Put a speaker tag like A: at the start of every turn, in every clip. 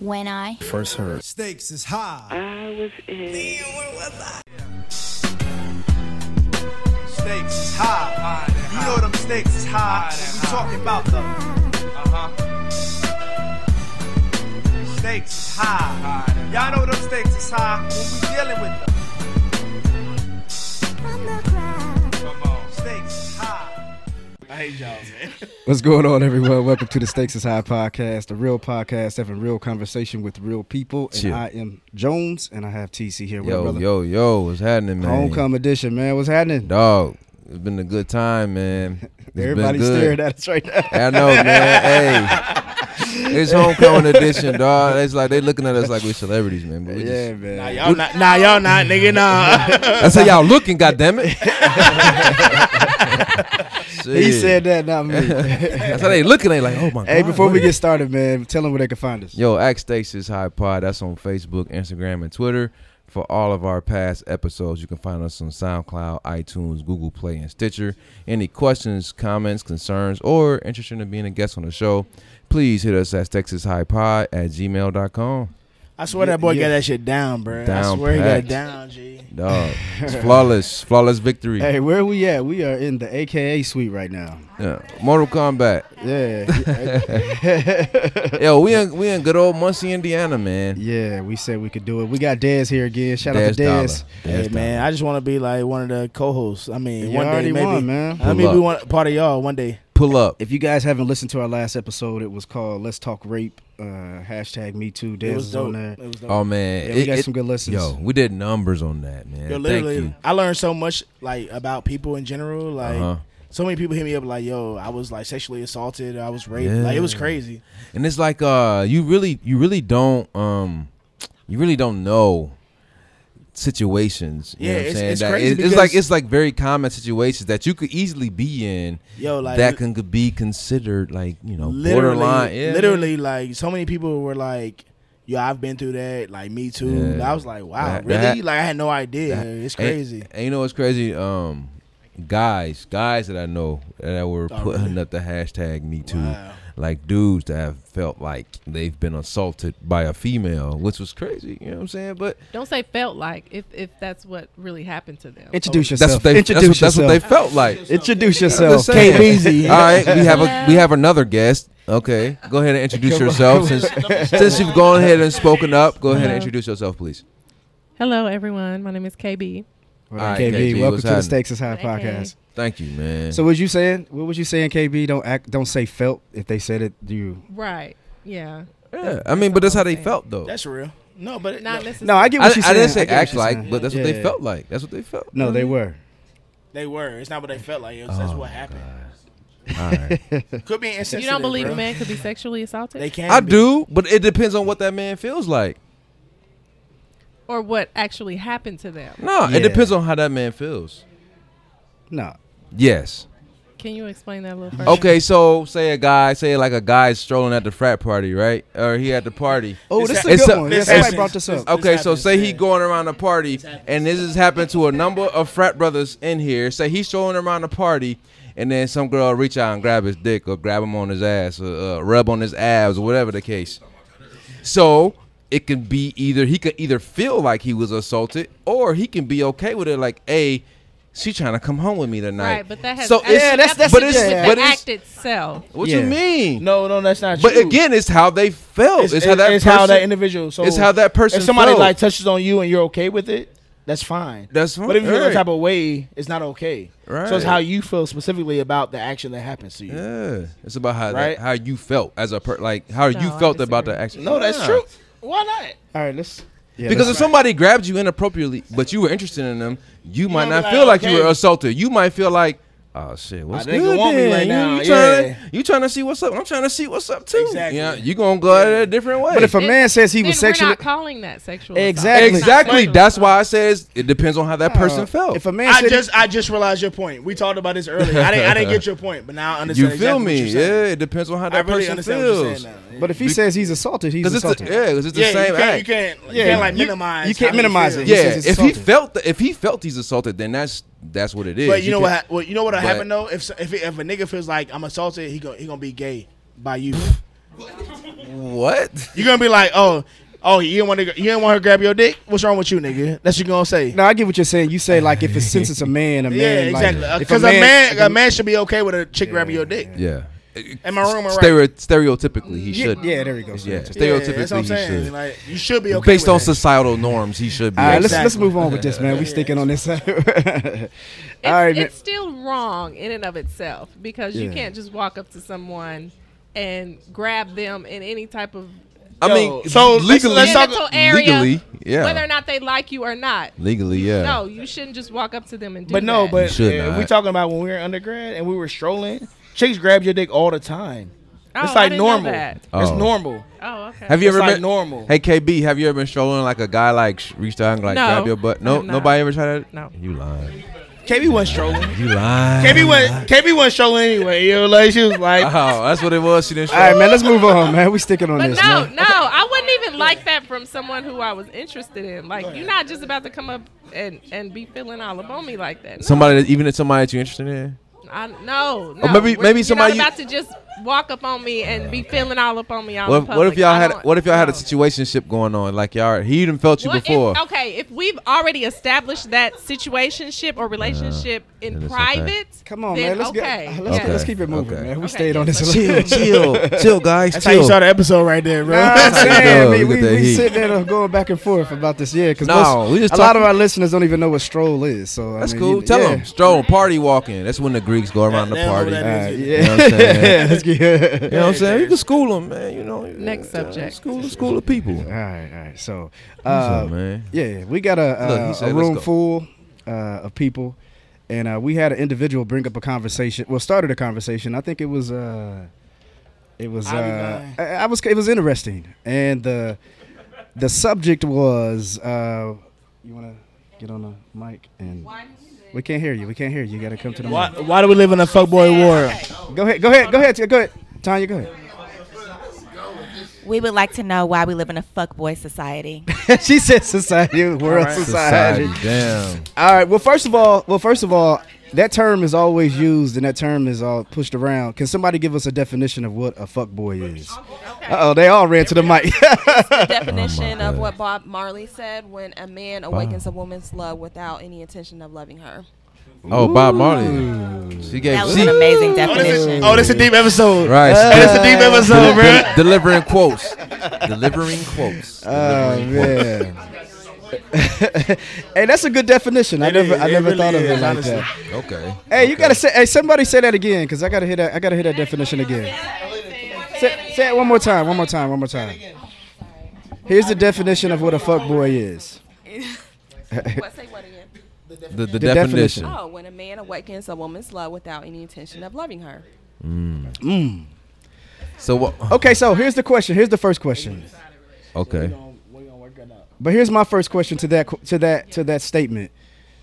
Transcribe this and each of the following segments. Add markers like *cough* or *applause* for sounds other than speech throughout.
A: When I
B: first heard
C: Stakes is high.
D: I was in.
C: Stakes is high. You know them stakes is high. We talking about the. Uh-huh. Stakes is high. Y'all know them stakes is high when we dealing with them. Come on. Stakes is high. I hate y'all, man.
B: What's going on, everyone? Welcome to the Stakes is High podcast, a real podcast having real conversation with real people. And
E: Chill.
B: I am Jones, and I have TC here with my
E: Yo,
B: brother.
E: yo, yo, what's happening, man?
B: Homecoming edition, man. What's happening?
E: Dog, it's been a good time, man.
B: *laughs*
E: It's been
B: Everybody
E: good.
B: staring at us right now.
E: I know, man. hey.
B: *laughs*
E: It's homecoming edition, dog. It's like they looking at us like we're celebrities, man. But we
B: Yeah,
E: just,
B: man.
F: Y'all not, nah, y'all not, nigga, nah.
E: *laughs* that's how y'all looking,
F: *laughs*
E: goddammit.
B: *laughs* he
E: Shit.
B: said that, not me.
E: *laughs* that's how they looking. They like, oh my
B: hey,
E: god.
B: before
E: what
B: we
E: is-
B: get started, man, tell them where they can find us.
E: Yo, Ask Stasis High Pod. That's on Facebook, Instagram, and Twitter. For all of our past episodes, you can find us on SoundCloud, iTunes, Google Play, and Stitcher. Any questions, comments, concerns, or interest in being a guest on the show, please hit us at TexasHighPod at gmail.com.
F: I swear that boy
B: Yeah.
F: got that shit down, bro. I
E: Down
F: swear he got
E: packed.
F: it down, G.
B: *laughs*
F: *laughs*
E: Dog, it's flawless, flawless victory.
B: Hey, where are we at? We are in the AKA suite right now.
E: Yeah. Mortal Kombat.
B: Yeah. *laughs*
E: *laughs* Yo, we in, we in good old Muncie, Indiana, man.
B: yeah, we said we could do it. We got Dez here again. Shout out to
E: Dollar.
B: Dez.
E: Dash
F: Hey, man, I just want to be like one of the co-hosts. I mean,
B: You
F: one day
B: already
F: maybe.
B: won, man.
F: I
E: Pull
F: mean, we
E: up.
F: want part of y'all one day.
E: Dollar. Pull up.
B: If you guys haven't listened to our last episode, it was called "Let's Talk Rape." Uh, hashtag Me Too.
F: It
B: Dez
F: was
B: is on
F: dope.
B: there.
F: It was dope.
E: Oh, man.
B: Yeah, we
E: It-
B: got
E: it-
B: some good lessons.
E: Yo, we did numbers on that, man.
F: Yo,
E: Thank
F: literally,
E: you.
F: I learned so much like about people in general. Like,
E: Uh-huh.
F: so many people hit me up like, "Yo, I was like sexually assaulted. I was raped.
E: Yeah.
F: Like, it was crazy."
E: and it's like uh you really you really don't um you really don't know situations you
F: Yeah,
E: know what i'm
F: it's-
E: saying
F: it's
E: That
F: crazy
E: it- it's like
F: because-
E: it's like very common situations that you could easily be in
F: Yo, like
E: that
F: li-
E: can could be considered like you know
F: literally,
E: borderline Uh, yeah,
F: literally, like so many people were like, "Yo, I've been through that. Like, me too."
E: Yeah.
F: I was like, "Wow,
E: That-
F: really?"
E: that-
F: like, I had no idea.
E: that-
F: it's
E: and-
F: crazy.
E: and, you know what's crazy um guys guys that i know that were
F: Oh,
E: putting
F: really?
E: up the hashtag me too
F: Wow.
E: like dudes that have felt like they've been assaulted by a female which was crazy you know what i'm saying but
G: Don't say felt like if if that's what really happened to them.
B: Introduce
E: that's
B: yourself.
E: what they
B: Introduce
E: that's, what- that's what
B: yourself.
E: they felt like
B: Introduce
E: I'm
B: yourself.
E: just saying.
B: KBZ.
E: All right, we have a we have another guest. Okay, go ahead and introduce yourself since since you've gone ahead and spoken up. Go ahead and
G: Uh-huh.
E: introduce yourself, please.
G: Hello, everyone. My name is KB.
B: All
E: All
B: right,
E: right,
B: KB,
E: KB,
B: welcome
E: what's
B: to the
E: happening?
B: Stakes is High
G: Hey,
B: podcast.
E: Thank you, man.
B: So, what you saying? What was you saying, KB? Don't act. Don't say felt. If they said it, you.
G: Right. Yeah.
E: yeah, I mean, but that's how they felt though.
F: That's real. No, but it-
G: Not
F: no,
G: necessarily.
B: No, I get
E: I,
B: what you
E: I
B: said.
E: didn't say act like, but that's what
B: Yeah.
E: they felt like. That's what they felt.
B: No, they were.
F: they were. It's not what they felt like. It was,
E: Oh,
F: that's what happened.
E: All right.
B: *laughs*
F: Could be insensitive.
G: you don't believe
F: bro.
G: a man could be sexually assaulted
F: They can.
E: I
F: be.
E: do, but it depends on what that man feels like.
G: or what actually happened to them.
E: No,
B: Yeah.
E: it depends on how that man feels.
B: No.
E: Yes.
G: Can you explain that a little further?
E: Okay, so say a guy, say like a guy strolling at the frat party, right? Or he at the party.
B: Oh,
F: This
B: this is
E: hap-
B: a
E: it's
B: good
E: a-
B: one.
E: this
B: yeah, somebody
F: happens.
B: brought this up.
F: This
E: Okay, so
F: happens,
E: say he
F: yeah.
E: going around a party, and this has happened to a number of frat brothers in here. Say he's strolling around a party, and then some girl reach out and grab his dick or grab him on his ass or uh, rub on his abs or whatever the case. So it can be either he could either feel like he was assaulted, or he can be okay with it, like hey, she trying to come home with me tonight.
G: Right, but that has
E: so it's,
B: Yeah, that's- that's
E: but
B: a-
E: it's,
B: yeah.
G: with
E: but
G: the
E: it's-
G: act itself.
E: what
B: Yeah.
E: you mean?
F: No, no, that's not
E: But
F: true.
E: again, it's how they felt. It's,
F: it's,
E: how that
F: it's how that
E: person-
F: individual. So
E: it's how that person
F: If somebody
E: felt.
F: like touches on you and you're okay with it, that's fine.
E: That's fine.
F: But if you feel
E: Right.
F: that type of way, it's not okay. So
E: Right.
F: it's how you feel specifically about the action that happens to you.
E: Yeah, it's about how that-
F: Right?
E: how you felt as a per, like how you
G: No, I
E: felt about the
G: disagree.
E: action.
F: No, that's
E: Yeah.
F: true. Why not?
B: All right, let's. Yeah,
E: Because if
B: let's-
E: somebody grabbed you inappropriately, but you were interested in them, you, might
F: gonna
E: not
F: be
E: feel
F: like,
E: like you were
F: okay.
E: assaulted. You might feel like, oh shit, what's
F: nigga
E: good
F: want me
E: then?
F: right
E: you,
F: now,
E: You, trying,
F: yeah.
E: you trying to see what's up? I'm trying to see what's up too.
F: Exactly.
E: Yeah, you gonna go at it a different way.
B: but if a
G: Then-
B: man says he was
G: then
B: sexually.
G: We're not calling that sexual.
B: Exactly.
G: assault. It's not
E: exactly,
G: sexual
E: that's
G: assault.
E: why I says it depends on how that person
B: Uh,
E: felt.
B: If a man
F: I
B: said
F: just I just realized your point. We talked about this earlier. I didn't I didn't get your point, but now I
E: you
F: understand.
E: feel
F: exactly
E: me?
F: What you're saying.
E: Yeah, it depends on how
F: I
E: that
F: really
E: person
F: understand
E: feels.
F: what you're saying now.
B: But if he says he's assaulted, he's
E: 'Cause it's the,
B: assaulted.
E: yeah, 'cause it's the
F: yeah,
E: same
F: you can't,
E: act.
F: you can't you
B: Yeah,
F: can't like
B: you-
F: minimize.
B: you can't
F: how you
B: minimize
F: feel.
B: it.
E: yeah,
B: says
E: if he
B: assaulted.
E: felt th- if he felt he's assaulted, then that's that's what it is.
F: But you, know
E: can-
F: what? hap- Well, you know what
E: but-
F: happened though. If so- if if a nigga feels like I'm assaulted, he go he gonna be gay by you.
E: What?
F: You're gonna be like, oh, oh, you didn't want to, you didn't want her to grab your dick. What's wrong with you, nigga? That's what you gonna say.
B: No, I get what you're saying. You say like if it's since it's a man, a man.
F: *laughs* yeah, exactly.
B: Like, if
F: Because a man, a man should be okay with a chick grabbing your dick.
E: Yeah.
F: Am I wrong or right?
E: Stereo- stereotypically, he
B: yeah,
E: should.
B: yeah, there we go.
E: Yeah,
B: Just-
F: Yeah,
E: stereotypically,
F: that's what I'm
E: he
F: saying.
E: should.
F: Like, you should be okay.
E: Based
F: with
E: on
F: that.
E: societal norms, he should be.
B: All right, let's let's
F: Exactly.
B: move on with this, man. We sticking on this. *laughs* All right,
G: It's,
B: man.
G: it's still wrong in and of itself because you
B: Yeah.
G: can't just walk up to someone and grab them in any type of
E: I
F: Yo,
E: mean,
F: so let's-
E: legally,
F: let's talk-
G: genital area,
E: legally, yeah,
G: whether or not they like you or not.
E: legally, yeah.
G: No, you shouldn't just walk up to them and do
F: But no,
G: that.
F: but
E: should
F: if
E: not.
F: we talking about when we were undergrad and we were strolling, chicks grabbed your dick all the time.
G: Oh,
F: it's
G: I
F: like
G: didn't know
F: normal.
G: that.
F: It's
E: Oh.
F: normal.
G: Oh, okay.
E: Have you
F: It's
E: ever
F: like
E: been
F: normal.
E: Hey KB, have you ever been strolling like a guy like sh- reached out and like
G: No,
E: grab your butt? No,
G: I've not.
E: nobody ever tried that.
G: No.
E: you lying.
F: KB wasn't strolling.
E: You lying.
F: KB wasn't. KB wasn't strolling anyway. Yo, like she was like,
E: Oh, that's what it was. She didn't.
B: All
E: Stroll.
B: right, man. Let's move on, man. We sticking on
G: But
B: this.
G: no,
B: man.
G: no, I wouldn't even like that from someone who I was interested in. Like, you're not just about to come up and, and be feeling all about me like that. No,
E: Somebody, that, even if somebody that you're interested in.
G: I, no, no.
E: Or maybe-
G: We're-
E: maybe somebody you-
G: You're not about to just walk up on me and be feeling all up on me. All
E: What
G: in
E: if, what if
G: public.
E: y'all
G: I
E: had
G: don't-
E: what if y'all had a
G: no.
E: situationship going on? Like y'all, he even felt you
G: What if-
E: before.
G: okay, if we've already established that situationship or relationship in
E: then it's okay.
G: private,
B: Come on,
G: then
B: man. Let's
G: okay.
B: get. Let's,
E: Okay.
B: let's keep it moving,
E: Okay.
B: man. We
G: Okay.
B: stayed on this. a
E: Chill,
B: little.
E: chill, chill, guys.
F: that's how you
E: chill.
F: saw the episode right there, bro.
B: Nah, I'm saying,
E: Yo,
B: we,
E: look
B: we,
E: at that
B: we
E: heat.
B: sitting there uh, going back and forth about this, yeah. Because
E: No, we just
B: a lot of
E: talking-
B: our listeners don't even know what stroll is. So I
E: that's
B: mean,
E: cool.
B: you-
E: Tell
B: yeah.
E: him stroll, party walking. That's when the Greeks go around the
F: That's what
E: party.
F: that
E: You
B: All right, *laughs*
F: You
B: yeah,
E: know what
B: *laughs*
F: *laughs*
E: I'm saying? *laughs*
B: let's get.
E: You know what I'm saying? You can school them, man. You know.
G: Next
E: tell 'em,
G: subject.
E: School, school of people.
B: All right, all right. So,
E: So,
B: uh,
E: man.
B: yeah, we got a,
E: Look, he
B: uh,
E: said,
B: a
E: "Let's
B: room
E: go."
B: full uh, of people, and uh, we had an individual bring up a conversation. Well, started a conversation. I think it was. Uh, it was.
F: Ivy
B: Uh,
F: Vine.
B: I, I was. It was interesting, and the the subject was. Uh, you want to get on the mic and. We can't hear you. We can't hear you. You gotta come to the
F: Why,
B: mic.
F: why do we live in a fuckboy world?
B: Go ahead. Go ahead. Go ahead. Go ahead. Tanya, go ahead.
A: We would like to know why we live in a fuckboy society.
B: *laughs* she said society, world
E: Society,
B: society.
E: damn.
B: All right. Well, first of all, well, first of all, that term is always used and that term is all pushed around. Can somebody give us a definition of what a fuckboy is? Uh oh, they all ran to the mic.
D: *laughs*
E: Oh,
D: the
B: *laughs*
D: definition of
E: God.
D: what Bob Marley said when a man awakens a woman's love without any intention of loving her.
E: Oh,
D: *laughs*
E: Bob Marley. She gave.
A: That was
E: she-
A: an amazing definition.
F: Oh, this is a deep episode.
E: Right.
F: Hey, this is a deep episode,
E: Deli-
F: bro.
E: del-
F: *laughs*
E: delivering quotes. delivering quotes.
B: *laughs* oh man. *laughs* hey, that's a good definition. I
F: It
B: never,
F: is.
B: I
F: It
B: never
F: really
B: thought of
F: is,
B: it like
F: honestly.
B: that.
E: Okay.
B: Hey, you gotta say, hey, somebody say that again, cause I gotta hear that, I gotta hear that definition again. Say, say it one more time, one more time, one more time. Here's the definition of what a fuckboy
E: *laughs*
B: is.
D: what say what again?
E: The, the,
B: definition.
E: definition.
D: Oh, when a man awakens a woman's love without any intention of loving her.
E: Mm. So what?
B: Mm. Okay, so here's the question. Here's the first question.
E: Okay.
B: But here's my first question to that to that to that statement.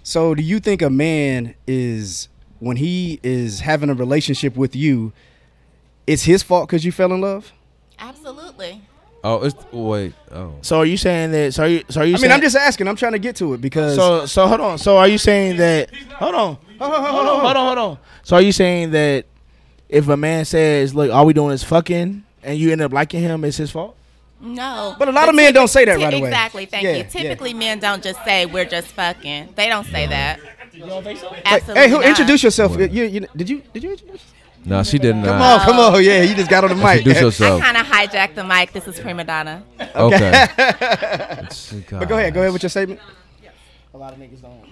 B: So, do you think a man is when he is having a relationship with you, it's his fault because you fell in love?
A: Absolutely.
E: Oh, it's wait. Oh,
F: So are you saying that? So are you? So are you?
B: I mean,
F: saying,
B: I'm just asking. I'm trying to get to it because
F: So so hold on. So are you saying that? Hold on. Hold on. Hold on. Hold on. Hold on. So are you saying that if a man says, "Look, all we doing is fucking," and you end up liking him, it's his fault?
A: No.
B: But a lot of men don't say that
A: Ti-
B: right away.
A: Exactly. Thank
B: Yeah,
A: you.
B: yeah.
A: Typically, men don't just say we're just fucking. They don't say that.
B: Hey,
A: Absolutely.
B: hey, who
A: not.
B: introduce yourself? You, you- did you did you introduce?
E: no, she didn't.
B: Come
E: uh,
B: on, come on. Yeah, you just got on the mic.
E: Introduce
A: I
E: yourself.
A: kind of hijacked the mic. This is prima donna.
B: *laughs*
E: Okay. but
B: Go ahead. Go ahead with your statement.
F: A lot of niggas don't.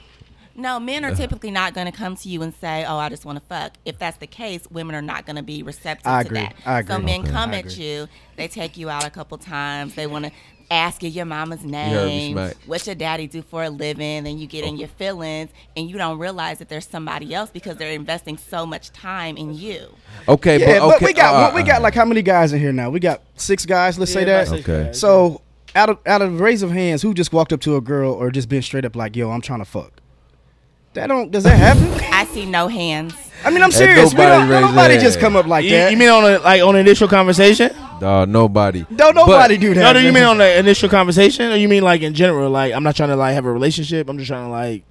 A: No, men are typically not going to come to you and say, "Oh, I just want to fuck." If that's the case, women are not going to be receptive
B: I
A: to
B: agree.
A: that.
B: I agree.
A: So men
B: Okay.
A: come
B: I
A: at
B: agree.
A: you, they take you out a couple times, they want to ask you your mama's
E: heard me
A: name,
E: smack.
A: what your daddy do for a living, then you get in your feelings, and you don't realize that there's somebody else because they're investing so much time in you.
E: Okay,
B: Yeah,
E: but okay,
B: but uh-uh. we got
E: uh,
B: we got like how many guys in here now? We got six guys. Let's say
F: Yeah,
B: that.
F: about six
E: Okay.
F: guys.
B: So out of out of raise of hands, who just walked up to a girl or just been straight up like, "Yo, I'm trying to fuck." That don't does that happen?
A: I see no hands.
B: I mean, I'm serious. We
E: nobody
B: don't,
E: raised
B: nobody
E: their
B: just
E: hand.
B: come up like
F: You,
B: that.
F: you mean on a like on an initial conversation?
E: uh, nobody.
B: don't nobody do that?
F: No, do you
B: man.
F: mean on an initial conversation, or you mean like in general? Like I'm not trying to like have a relationship. I'm just trying to like.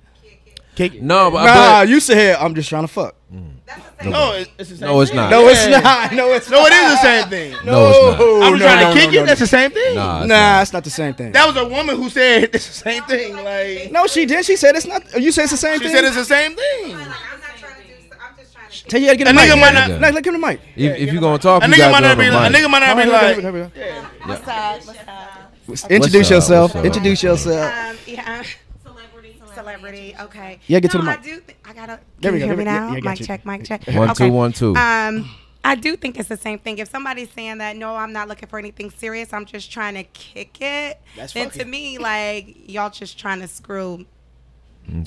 F: Kick it.
E: No, but,
B: Nah, you said I'm just trying to fuck.
F: No, it's, it's the same.
E: but no, it's not.
B: No, it's
F: Yeah.
B: not. *laughs* No, it's
F: No,
B: not.
F: it is the same thing.
E: No, it's not.
F: I'm
B: no,
F: trying
B: no,
F: to kick
B: no,
F: it.
B: no,
F: That's the same thing.
E: Nah, it's
B: Nah,
E: not.
B: it's not the same thing.
F: That was a woman who said *laughs* it's the same thing. Like
B: No, she did. She said it's not. You said it's the same
F: she
B: thing.
F: said, it's the same thing.
B: Tell you how to get
F: A
B: a mic.
F: nigga might not-
B: Nah, nah, Give him the mic.
E: If, if you gonna talk,
F: A
E: you
F: nigga
E: gotta
F: might
E: be on
F: not be.
E: the
F: Like, a
E: mic.
F: nigga might not be like.
B: Introduce
E: What's up?
B: yourself.
E: What's up?
B: Introduce yourself.
H: Um, yeah. Celebrity. Celebrity. Okay.
B: Yeah, get to
H: No,
B: the
H: I
B: mic.
H: do. Th- I gotta. Can
B: There we
H: you
B: go,
H: hear me
B: there we- yeah,
H: now?
B: yeah, I got
H: mic
B: you.
H: check. Mic check.
E: One, two,
H: Okay.
E: one, two.
H: Um, I do think it's the same thing. If somebody's saying that, no, I'm not looking for anything serious. I'm just trying to kick it.
B: That's
H: then to
B: fucking-
H: me, like y'all just trying to screw.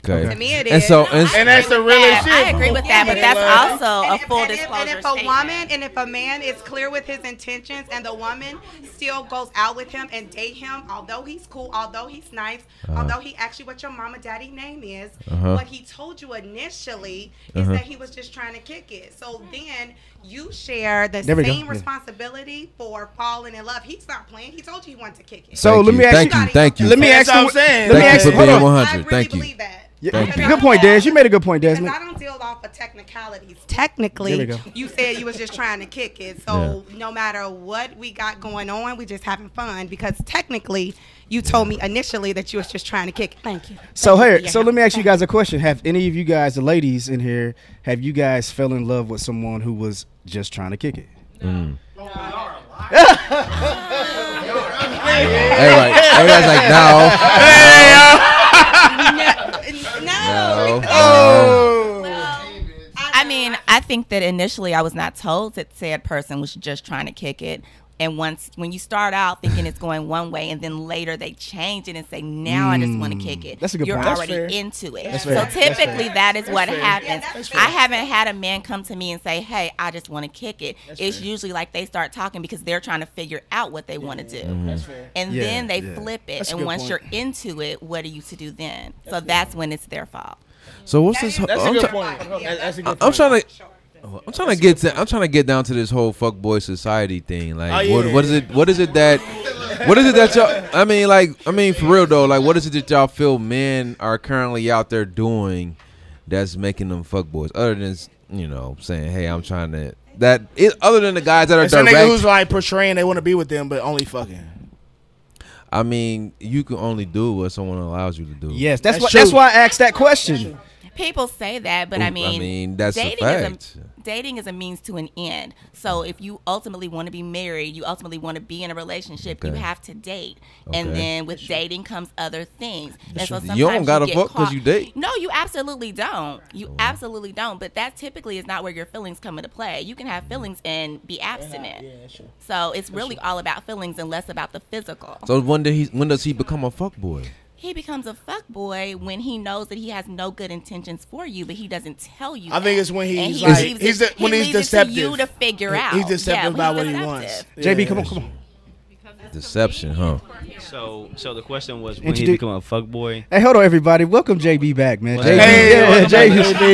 E: Okay.
H: To me, it
E: And
H: is.
E: so, and,
F: And that's the real
A: Yeah,
F: shit.
A: I agree with that, but that's also a full
H: and if,
A: disclosure
H: and if a
A: statement.
H: woman and if a man is clear with his intentions and the woman still goes out with him and date him, although he's cool, although he's nice, although he asked you what your mama daddy name is,
E: Uh-huh.
H: what he told you initially is that he was just trying to kick it. So then you share the
B: There we go.
H: same
B: Yeah.
H: responsibility for falling in love. He's not playing. He told you he wanted to kick it.
B: So
E: Thank
B: let
E: you,
B: me ask
E: thank
B: you.
E: you, thank you.
B: Let me
F: That's
B: ask
F: what
B: you.
F: I'm saying.
B: Let me
E: Thank
B: ask you.
E: you for
B: Hold
E: being
B: on.
E: 100.
H: I really
E: Thank you.
H: believe that.
B: Yeah,
E: Thank you.
B: Good point, Des. You made a good point, Des.
H: Because I don't deal off of technicalities.
B: There we
H: Technically,
B: go.
H: you said you was just trying to kick it. So no matter what we got going on, we just having fun because technically, you told me initially that you was just trying to kick. it. Thank you.
B: So
H: Thank you
B: here,
H: for your
B: so
H: help.
B: let me ask you guys a question. Have any of you guys, the ladies in here, have you guys fell in love with someone who was just trying to kick it?
E: *laughs* everybody, everybody's like, *laughs* no,
H: No,
E: no. Oh,
A: I mean, I think that initially I was not told that said person was just trying to kick it. And once when you start out thinking it's going one way, and then later they change it and say, "Now I just want to kick it."
B: Mm. that's a good
A: You're
B: point. That's
A: already
F: fair.
A: into it.
B: That's
A: so
B: fair. That's
A: typically that is what happens.
H: that's
A: I haven't had a man come to me and say, "Hey, I just want to kick it." it's usually like they start talking because they're trying to figure out what they want to do, and
B: Mm-hmm. Yeah,
A: then they
B: yeah.
A: flip it.
B: That's a
A: and
B: good
A: once
B: point.
A: you're into it, what do you to do then? so that's when it's their fault.
E: So what's this?
F: That's
E: I'm
F: a good
E: try-
F: point. That- That's a good
E: I'm
F: point.
E: trying to. I'm trying to get to, I'm trying to get down to this whole fuckboy society thing. Like,
F: Oh, yeah.
E: what, what is it? What is it that? What is it that y'all? I mean, like, I mean, for real though. Like, what is it that y'all feel men are currently out there doing that's making them fuckboys? Other than you know saying, hey, I'm trying to that. It, other than the guys that are
F: It's a nigga who's
E: direct.
F: like portraying they want to be with them, but only fucking.
E: I mean, you can only do what someone allows you to do.
B: Yes, that's,
F: That's
B: why.
F: true.
B: That's why I asked that question.
A: People say that, but
E: Ooh, I
A: I mean,
E: mean, that's a fact.
A: Is a, dating is a means to an end. So if you ultimately want to be married, you ultimately want to be in a relationship, you
E: Okay.
A: have to date.
E: Okay.
A: And then with dating comes other things. And so
E: You don't
A: sometimes
E: gotta
A: get
E: fuck 'cause
A: caught-
E: you date.
A: No, you absolutely don't. You absolutely don't. But that typically is not where your feelings come into play. You can have feelings and be abstinent. So it's really all about feelings and less about the physical.
E: So when did he? When does he become a fuckboy?
A: he becomes a fuckboy when he knows that he has no good intentions for you, but he doesn't tell you.
F: I think
A: that.
F: it's when
A: And
F: he's
A: he
F: like-
A: leaves
F: he's
A: it-
F: de- when
A: he
F: he's
A: leaves it to you
F: deceptive.
A: to figure
F: He-
A: out.
F: he's deceptive
A: Yeah,
F: about
A: when
F: what
A: he's
F: he wants.
A: deceptive.
B: JB, come on, come on.
E: Deception, huh?
I: So, so the question was when he
B: Introduce-
I: become a fuckboy.
B: Hey, hold on, everybody. Welcome JB back, man.
I: Hey,
B: JB,
F: hey,
B: yeah, JB.
F: welcome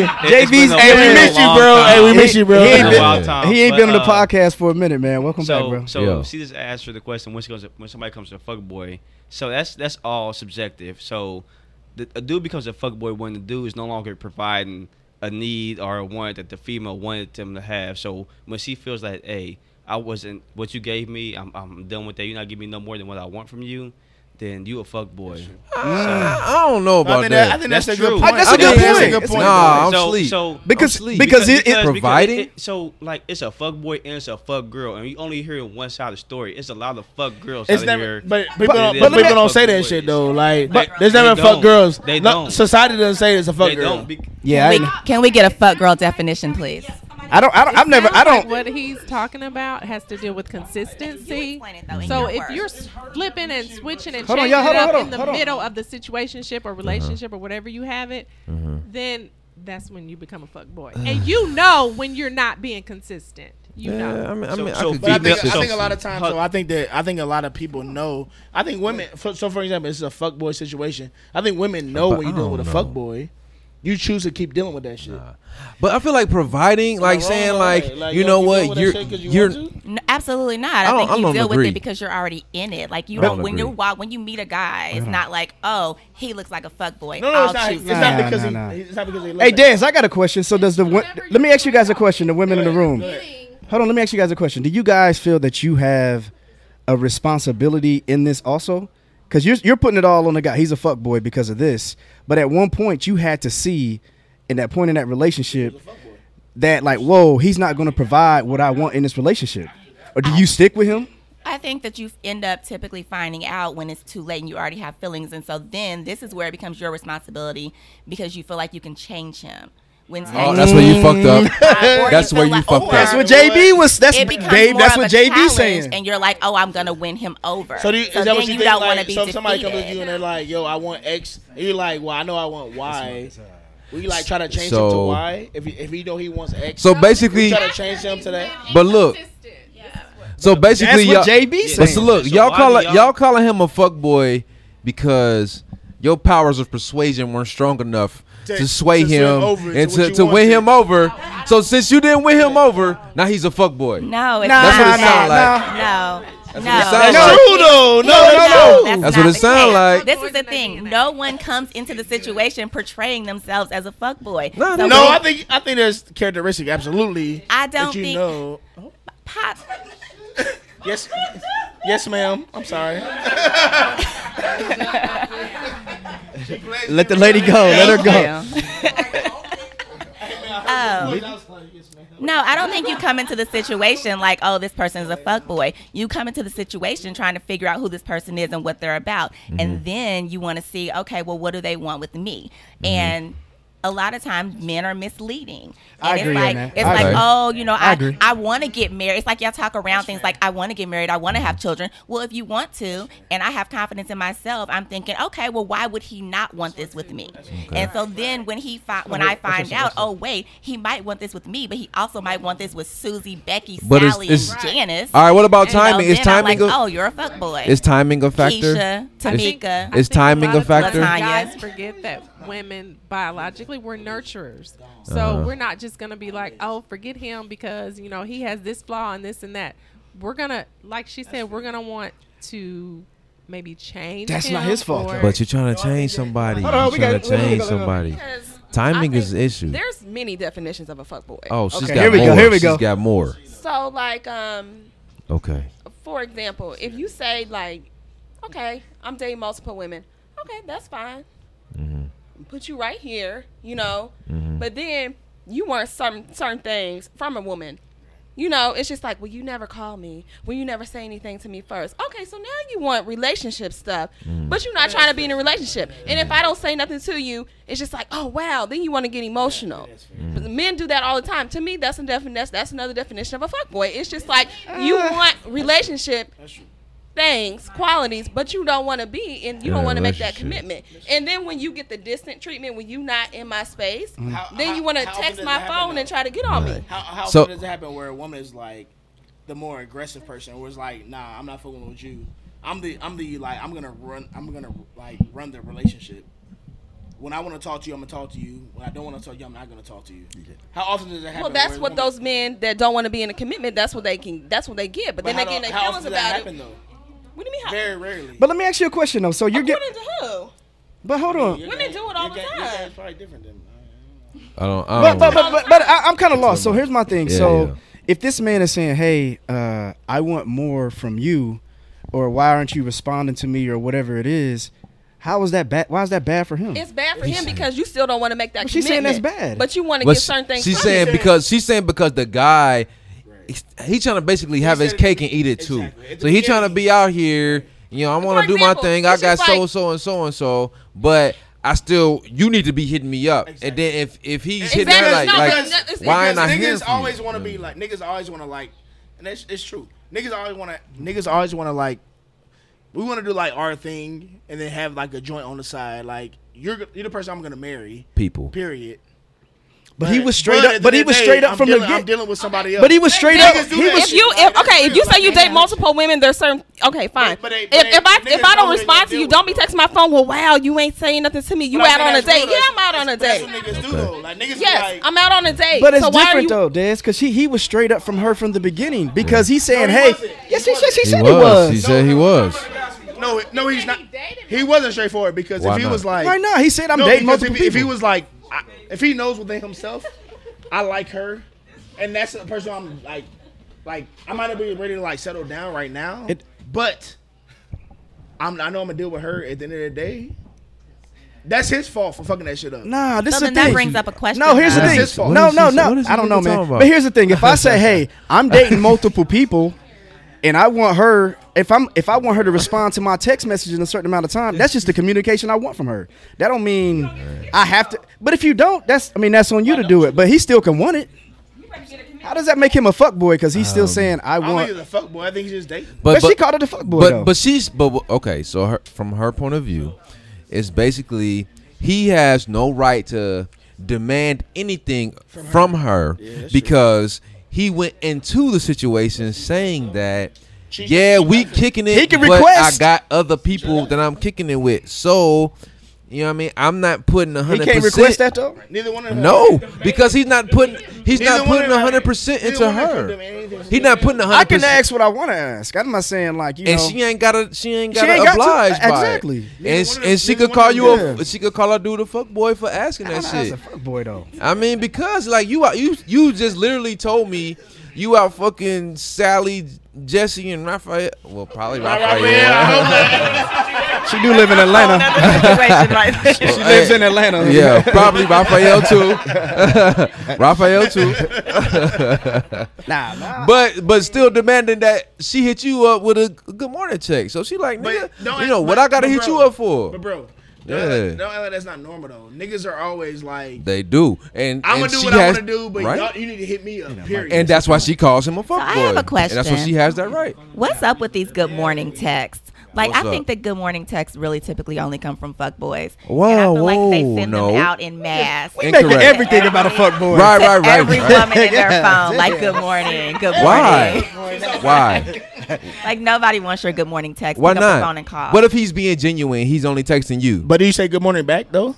I: back, JB.
B: JB's.
I: It's been a- Hey, we miss you, bro. Hey, we
F: miss you, bro.
B: He,
F: It's
B: ain't
E: been a
B: been,
E: wild
I: time,
B: he ain't
I: but,
B: been on the
I: uh,
B: podcast for a minute, man. Welcome
I: so,
B: back, bro.
I: so
E: Yeah.
I: she just asked for the question when she goes when somebody comes to a fuckboy. So that's that's all subjective. So the, a dude becomes a fuckboy when the dude is no longer providing a need or a want that the female wanted them to have. So when she feels like, hey, I wasn't what you gave me. I'm I'm done with that. You're not giving me no more than what I want from you. Then you a fuckboy.
E: I, I don't know
F: I
E: about
F: think,
E: that.
F: that, I think
I: That's
F: that's, a good
I: true.
F: point.
B: That's
F: I
B: a good point.
F: think That's a good
B: It's
F: point.
E: Nah, I'm
I: so,
E: sleep.
I: So
B: Because-
I: I'm sleep.
B: because it- it-
E: Providing?
I: so like it's a fuck boy and it's a fuck girl, and you only hear one side of the story. It's a lot of fuck girls
F: It's
I: out
F: never,
I: here.
F: but
I: Yeah,
F: people, don't,
I: they
F: but
I: don't
F: people don't
I: fuck
F: say that
I: boys.
F: shit though. Like,
I: But
F: there's
I: they
F: never fuck
I: don't.
F: girls.
I: They
F: No,
I: don't.
F: Society doesn't say it's a fuck
I: they
F: girl.
I: don't. Be,
B: yeah, I,
A: Wait,
B: ain't,
A: can we get a fuck girl definition, please?
B: I don't. I don't. I've never. I
G: Sounds
B: don't.
G: Like what he's talking about has to deal with consistency.
A: explain it, though, in
G: so
A: your
G: if
A: words.
G: you're flipping and switching and
B: Hold on,
G: changing
B: y'all, hold
G: it
B: on,
G: up
B: hold on,
G: in the
B: hold on.
G: middle of the situationship
E: Uh-huh.
G: or relationship or whatever you have it, then that's when you become a fuck boy. and you know when you're not being consistent. You know.
E: Yeah, I mean, I
I: So-
E: mean, I
I: so
E: could
F: But I
E: be
F: think, I
I: so-
F: think a lot of times,
I: Huh.
F: though, I think that I think a lot of people know. I think women. For, so, for example, this is a fuckboy situation. I think women know
E: But
F: when
E: I
F: you're dealing with a
E: don't know.
F: fuckboy. You choose to keep dealing with that shit.
E: But I feel like providing, like
F: wrong
E: saying,
F: with
E: like,
F: it. Like,
E: you
F: yo,
E: know
F: you
E: what,
F: doing that
E: you're
F: shit 'cause you
E: you're
F: want
A: No, Absolutely not. I,
E: don't-
A: think
E: I
A: you
E: don't
A: deal with
E: agree.
A: it because you're already in it. Like you
E: I
A: don't,
E: don't
A: when you're
E: agree.
A: wa- when you meet a guy, it's not like, oh, he looks like a fuck boy.
F: No, no,
A: I'll
F: it's not,
A: choose
F: it's
A: him.
F: not
B: Nah,
F: because
B: nah,
F: he,
B: nah.
F: it's not because he looks
B: Hey,
F: like-
B: Dance, I got a question. So does the wo-
G: whatever
B: let me
G: you
B: ask you guys a question. The women in the room.
G: Getting-
B: Hold on. Let me ask you guys a question. Do you guys feel that you have a responsibility in this also? Because you're you're putting it all on the guy. He's a fuck boy because of this. But at one point, you had to see, in that point in that relationship, that like, whoa, he's not going to provide what I want in this relationship. Or do you stick with him?
A: I think that you end up typically finding out when it's too late and you already have feelings, and so then this is where it becomes your responsibility because you feel like you can change him. When
E: Oh, that's where you fucked
A: *laughs*
E: up. That's where you fucked up.
B: That's what JB was. That's
A: oh, it becomes
B: babe.
A: more
B: That's
A: of
B: what
A: a
B: JB
A: challenge,
B: saying.
A: and you're like, oh, I'm gonna win him over.
F: So, do you, is that
A: then
F: what you,
A: you
F: think?
A: don't
F: like,
A: want to be
F: so if somebody comes
A: defeated.
F: to you and they're like, "Yo, I want X," and you're like, "Well, I know I want Y." Will you like try to change him to
E: So-
F: Y if you, if you know he wants X?
E: So basically,
F: try to change him to that.
E: But look. so basically,
B: That's what
E: y'all,
B: JB
E: But
B: saying.
E: so look,
I: So
E: y'all
I: why
E: call
I: do y'all-
E: y'all calling him a fuckboy because your powers of persuasion weren't strong enough to,
F: To-
E: sway
F: to swim
E: him
F: over
E: and
F: to what
E: to,
F: you
E: to win
F: wanted.
E: him over. So since you didn't win him over, now he's a fuckboy.
A: No, it's not
B: Nah,
E: That's what it sound
A: that. No, no.
E: That's what it sound like.
B: True though. No, no,
A: that's not
B: no.
E: That's what it
A: the
E: sound
A: case.
E: like.
A: This is the thing. No one comes into the situation portraying themselves as a fuckboy.
E: No,
A: So
E: no,
F: No,
A: when-
F: I think I think there's characteristic absolutely.
A: I don't
F: that you
A: think-
F: know.
A: Pop,
F: Yes, yes, ma'am. I'm sorry.
B: Let the lady go. Let her go.
A: Oh. No, I don't think you come into the situation like, oh, this person is a fuckboy. You come into the situation trying to figure out who this person is and what they're about.
B: Mm-hmm.
A: And then you want to see, okay, well, what do they want with me?
B: Mm-hmm.
A: And a lot of times men are misleading. And
B: I agree
A: it's
B: on
A: like
B: that.
A: it's
B: I
A: like,
E: agree.
A: oh, you know, I
B: agree.
A: I, want to get married. It's like y'all talk around things like I want to get married, I want to have children. Well, if you want to and I have confidence in myself, I'm thinking, okay, well, why would he not want this with me? And so then when he fi- when I find out, oh wait, he might want this with me, but he also might want this with Susie, Becky,
E: But it's-
A: Sally,
E: it's-
A: and Janice.
E: All right, what about
A: You know,
E: timing? Is
A: then I'm
E: timing
A: like,
E: a-
A: oh, you're a fuckboy.
E: Is timing a factor?
A: Keisha, Tamika.
G: I
E: Is
G: think a
E: timing
G: lot
E: a
G: of times
E: factor?
G: Guys
A: Lasagna.
G: forget that women biologically we're nurturers, so
E: Uh-huh.
G: we're not just gonna be like, oh, forget him because you know he has this flaw and this and that. We're gonna, like she said, we're gonna want to maybe change.
B: That's
G: him
B: not his fault,
G: or-
B: though.
E: But you're trying to change somebody. You're
B: Hold on, we
E: trying
B: gotta-
E: to
B: we gotta
E: change
B: go, go, go.
E: somebody.
D: Because
E: Timing
D: I
E: is
D: think
E: the issue.
D: There's many definitions of a fuckboy.
E: Oh, she's
B: Okay,
E: got
B: here we go,
E: more.
B: here we go.
E: She's got more.
D: So like um
E: Okay.
D: for example, if you say like, okay, I'm dating multiple women, okay, that's fine. Put you right here, you know. But then you want certain certain things from a woman. You know, it's just like, well, you never call me. Well, you never say anything to me first. Okay, so now you want relationship stuff, but you're not trying to be in a relationship. And if I don't say nothing to you, it's just like, oh wow. Then you want to get emotional. But Men do that all the time. To me, that's a defin- that's, that's another definition of a fuckboy. It's just like you want relationship things, qualities, but you don't want to be and you
E: Yeah,
D: don't want to make that
E: relationship.
D: commitment. And then when you get the distant treatment, when you not in my space, then you want to
F: How- how
D: text
F: often does
D: my
F: it happen,
D: phone
F: though?
D: and try to get on me.
F: How, how
E: So-
F: often does it happen where a woman is like the more aggressive person, where it's like, nah, I'm not fucking with you. I'm the I'm the like I'm gonna run I'm gonna like run the relationship. When I want to talk to you, I'm gonna talk to you. When I don't want to talk to you, I'm not gonna talk to you. How often does that happen?
D: Well,
F: where
D: that's
F: a
D: what
F: woman-
D: those men that don't want to be in a commitment. That's what they can. That's what they get. But,
F: But
D: then they
F: how
D: get
F: do-
D: their
F: how
D: feelings
F: often does that
D: about
F: happen
D: it.
F: though?
D: What do you mean? How,
F: Very rarely.
B: But let me ask you a question though. So you're
D: according
B: getting.
D: to who?
B: But hold on.
F: Your
D: women
F: guy-
D: do it all
F: your
D: the
F: guy- your
D: time.
F: guy's probably different than mine.
E: I don't. I
B: but
E: don't
B: but but but, but I, I'm kind of lost. So here's my thing.
E: Um, Yeah,
B: so
E: yeah.
B: if this man is saying, "Hey, uh, I want more from you," or "Why aren't you responding to me?" or whatever it is, how is that bad? Why is that bad for
F: uh,
B: him?
D: It's bad for him because you still don't want to make that.
B: Well, she's saying that's
D: commitment.
B: bad.
D: But you want to
E: But
D: get
E: she-
D: certain things.
E: She's
D: from
E: saying
D: him.
E: because she's saying because the guy, he's, he trying to basically have his
F: said it-
E: cake and eat it too.
F: exactly. At the
E: So he trying to
F: beginning-
E: be out here. You know, I want
D: For
E: to do my
D: example,
E: thing. I
D: it's
E: got
D: just
E: so
D: like-
E: so and so and so, but. I still, you need to be hitting me up, and then if if he's hitting her
D: Exactly.
E: like,
D: No,
E: like
D: because- no, it's
E: why
D: because
E: not hearing
F: niggas
E: from you?
F: always want to be like niggas always want to like, and that's it's true. Niggas always want to niggas always want to like, we want to do like our thing and then have like a joint on the side. Like you're you're the person I'm gonna marry.
E: people.
F: Period.
B: But he was straight up. But he was straight up from
F: dealing,
B: the
F: I'm
B: get.
F: dealing with somebody else.
B: But he was straight up.
F: Niggas do
B: He
F: that
B: was
D: If you if, okay, if you say you date multiple women, there's certain okay, fine.
F: But- but they-
D: if,
F: but they-
D: if I
F: niggas
D: if I
F: know
D: don't
F: they
D: respond
F: gonna
D: to you,
F: deal
D: don't be
F: with
D: texting my phone. Well, wow, you ain't saying nothing to me. You
F: But I
D: out
F: think
D: on a
F: that's
D: date?
F: real,
D: Yeah,
F: that's-
D: I'm out on a
F: that's
D: date.
F: what niggas do though. Like niggas be
D: Yes,
F: like,
D: I'm out on a date.
B: But it's
D: so why are
B: different
D: you?
B: though, Des, because he he was straight up from her from the beginning. Because he's saying,
F: he
B: "Hey,
F: wasn't.
B: yes,
F: He
B: yes, yes, he,
E: He
B: said
E: was. He
B: he was."
E: said he was.
F: no, no, he's not. He wasn't straightforward because
E: Why
F: if he
E: not?
F: was like,
B: Right now, he said, "I'm
F: no,
B: dating
F: because
B: multiple
F: if,
B: people."
F: if he was like, I, if he knows within himself, I like her, and that's the person I'm like, like I might not be ready to like settle down right now,
B: It-
F: but I'm I know I'm gonna deal with her at the end of the day. That's his fault for fucking that shit up.
B: Nah, this
A: So
B: is the
A: then that
B: thing.
A: brings up a question.
B: No, Oh, here's the
F: That's
B: thing.
F: his fault.
B: No,
E: What is
B: no,
E: this-
B: no.
E: what is
B: I
E: this
B: don't
E: nigga
B: know, man.
E: talking about?
B: But here's the thing. If I say, "Hey, I'm
E: *laughs*
B: dating multiple people," and I want her, if I'm, if I want her to respond to my text message in a certain amount of time, that's just the communication I want from her. That don't mean I have to. But if you don't, that's, I mean, that's on you to do it. But he still can want it. How does that make him a fuck boy? Because he's
E: Um,
B: still saying, "I
F: I don't think
B: want."
F: he's a fuck boy. I think he's just dating.
B: But, she called it a fuck boy.
E: But
B: though.
E: but she's but okay. So her, from her point of view, it's basically he has no right to demand anything from her, because he went into the situation saying that. yeah, we kicking it.
B: He can
E: but
B: request.
E: I got other people that I'm kicking it with. So, you know what I mean? I'm not putting a
B: he
E: hundred
B: can't
E: percent.
B: request that though.
F: Neither one of them.
E: No, because he's not putting he's
F: Neither
E: not
F: one
E: putting
F: of them-
E: hundred percent
F: neither
E: into
F: one of them
E: her.
F: do anything.
E: He's not putting hundred.
B: I can ask what I want to ask. I'm not saying like you
E: and
B: know.
E: she ain't gotta she ain't gotta
B: ain't got to-
E: oblige by it.
B: exactly.
F: Neither
E: and,
F: one of
E: and she
F: them- neither
E: could call
F: one of
E: you
B: them
E: a
B: did.
E: she could call her dude a fuck boy for asking that
B: *laughs* That's
E: shit
B: a fuck boy though.
E: i mean because like you out you you just literally told me you out fucking sally jesse and raphael well probably raphael *laughs*
B: She do live in Atlanta.
A: Another situation
F: *laughs*
A: right
B: *laughs*
A: there.
B: She lives in Atlanta.
E: yeah
B: *laughs*
E: probably
F: *laughs*
E: raphael too *laughs* raphael too *laughs*
B: Nah, nah.
E: but but still demanding that she hit you up with a good morning check. So she like,
F: But
E: nigga,
F: don't
E: you know
F: act-
E: what
F: but-
E: I gotta
F: but
E: hit
F: bro,
E: you up for?
F: But bro, don't,
E: Yeah.
F: act like- don't act like that's not normal though. Niggas are always like,
E: They do, and
F: I'm gonna
E: and
F: do
E: she
F: what I
E: has-
F: want to do, but
E: right?
F: y'all, you need to hit me up. Period.
E: and that's why she calls him a fuckboy.
A: I have a
E: And that's why
A: question.
E: she has that right.
A: What's up with these good morning texts? Like
E: What's
A: I think
E: up?
A: that good morning texts really typically only come from fuckboys. and I
E: Whoa,
A: feel like they
E: whoa,
A: send
E: no.
A: them out in mass.
E: We
B: Making
E: Correct.
B: everything about a fuck boy.
E: Right, right, right. *laughs*
A: Every
E: right.
A: woman in
F: *laughs*
A: their
B: Yeah.
A: phone, like good morning, good morning.
E: Why? Why?
A: *laughs* Like nobody wants your good morning text.
E: Why
A: Pick Up the phone and call.
E: not? What if he's being genuine? He's only texting you.
F: But do you say good morning back though?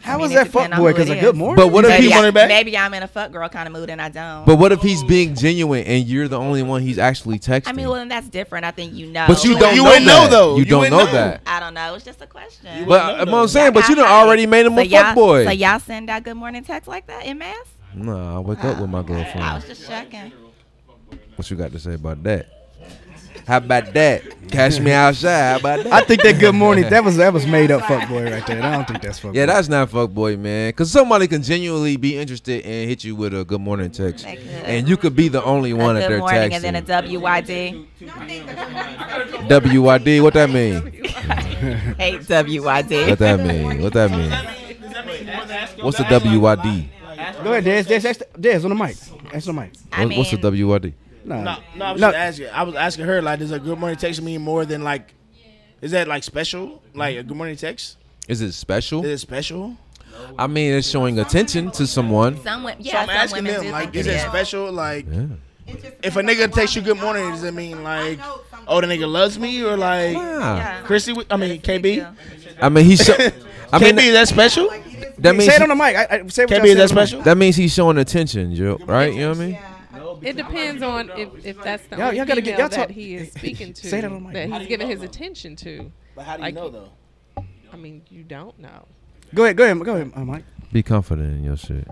B: How
A: I
B: was
A: mean, it
B: that fuck
A: depend on
B: boy?
A: who it
B: Because a
A: is.
B: good morning.
E: But what if he
A: maybe,
E: wanna?
A: I,
F: wanted back?
A: maybe I'm in a fuck girl kind of mood and I don't.
E: But what if he's being genuine and you're the only one he's actually texting?
A: I mean, well, then that's different. I think you know.
E: but you don't
F: you
E: know
F: wouldn't know,
E: that.
F: though.
E: You,
F: You
E: don't
F: wouldn't
E: know,
F: know.
E: that.
A: I don't know. It's just a question.
E: But I'm not saying. But you
A: Y'all
E: done
A: got
E: already
A: hype.
E: made him
A: so
E: a
A: y'all,
E: fuckboy.
A: So y'all send out good morning texts like that in mass?
E: Nah, I wake up with my girlfriend.
A: I was just checking.
E: What you got to say about that? How about that? Cash me outside. How about
B: I
E: that?
B: think that good morning that was that was made up fuck boy right there. I don't think that's fuck.
E: *laughs* Yeah,
B: boy.
E: that's not fuckboy, man. Cause somebody can genuinely be interested and hit you with a good morning text,
A: They could.
E: and you could be the only
A: uh, A
E: one that
A: good
E: they're
A: morning
E: texting.
A: and then a WYD.
E: WYD? What that mean?
A: Hate
E: What
A: WYD.
E: that mean? What that mean? What's the WYD?
B: Go ahead, Des. Des, Des, Des on the mic. That's on the mic.
A: I
E: What- What's the
A: mean-
E: WYD?
B: No,
F: No, no. I was
B: No.
F: just asking. I was asking her like, does a good morning text mean more than like? Is that like special? Like a good morning text?
E: Is it special?
F: Is it special?
E: I mean, it's showing attention to someone.
A: Some, wo- yeah,
F: So I'm
A: some
F: asking
A: women do
F: them like,
A: think
F: is
A: it
F: it
A: is.
F: special? Like,
H: It just
F: if a
H: depends on
F: nigga
H: the
F: texts you
H: woman.
F: good morning,
H: I
F: does it mean
H: know
F: like,
H: some
F: oh, the nigga loves me or like,
E: Nah.
A: Yeah.
F: Chrissy? w- I mean, KB.
E: I mean, he's. Show- I mean,
F: KB, is that special?
E: that means
B: say it on the mic. I, I, say what y'all
F: KB,
B: said
F: is that
B: on the mic.
F: special?
E: that means he's showing attention, Joe. Right? You know what I mean?
G: It depends on if, if that's the
B: Y'all-
G: only
B: y'all gotta get-
G: female
B: y'all
G: that
B: talk-
G: he
B: *laughs*
G: is speaking to,
B: Say that on the mic.
G: that
B: How
G: he's giving his attention to.
F: But how do
G: you know,
F: though?
G: I mean, you don't know.
B: Go ahead, go ahead, go ahead, uh, Mike.
E: Be confident in your shit.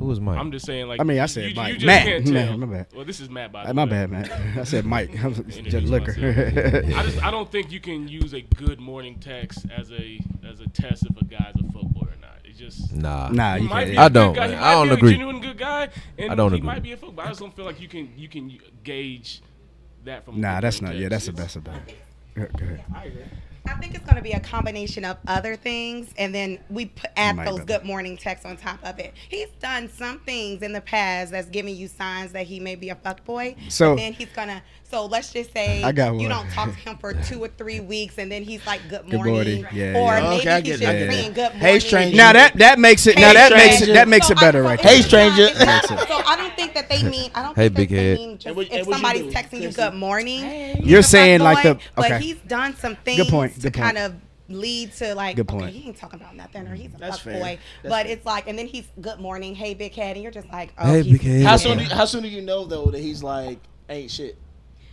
E: Who was Mike?
J: I'm just saying, like,
B: I mean, I
J: you-
B: said
J: you, you
B: Mike.
J: just
B: Matt.
J: can't tell.
B: Matt, my bad.
J: Well, this is Matt, by
B: Uh,
J: the
B: My
J: way.
B: bad, man. *laughs* I said Mike. I was just
J: Introduce
B: *laughs* liquor.
J: I just I don't think you can use a good morning text as a as a test if a guy's a fuckboy or not. It just
E: nah.
B: nah,
J: He
B: you
J: might be
B: can't.
J: a
E: I
J: good
E: don't,
J: guy. He
E: man.
J: might
E: I don't
J: be a
E: agree.
J: Genuine good guy, and
E: I don't
J: he
E: agree.
J: might be a fuckboy. I just don't feel like you can you can gauge that from. a
B: Nah,
J: good
B: that's
J: morning
B: not. Yeah,
J: text.
B: that's a
J: It's-
B: that's a bad. Go ahead.
H: I think it's gonna to be a combination of other things, and then we put, add
B: My
H: those
B: brother.
H: good morning texts on top of it. He's done some things in the past that's giving you signs that he may be a fuckboy.
B: So-
H: So then he's gonna. So let's just say
B: *laughs* I got
H: you
B: one.
H: don't talk to him for two or three weeks, and then he's like, "Good
B: Good
H: morning,",
B: morning. Yeah,
H: or
B: yeah.
H: maybe
B: Okay, I
H: he's
B: get
H: just
B: that.
H: saying "Good morning."
B: Hey, stranger. Now that- that makes it- now that makes it- that makes it
H: I-
B: better right
H: it's
B: there. Hey,
H: not-
B: stranger.
H: it's not-
B: Makes
H: *laughs*
B: it.
H: So I don't think that they mean. I don't.
B: Hey,
H: think that
B: big
H: they
B: head.
H: mean just
F: And what-
H: if
F: and what you
H: somebody's
F: do,
H: texting you
F: Chrissy?
H: "Good morning,"
B: You're
H: a
B: saying like
H: fuckboy,
B: the-
H: But
B: okay.
H: he's done some things
B: Good point,
H: to
B: good
H: kind of
B: point.
H: lead to like
B: Good
H: okay
B: point.
H: he ain't talking about nothing or he's a
F: That's
H: fuck
F: fair.
H: boy
F: That's
H: but
F: fair.
H: it's like and then he's good morning hey big head and you're just like oh
E: Hey,
H: he's-
E: big head.
F: How soon? Do you, how soon do you know though that he's like ain't shit?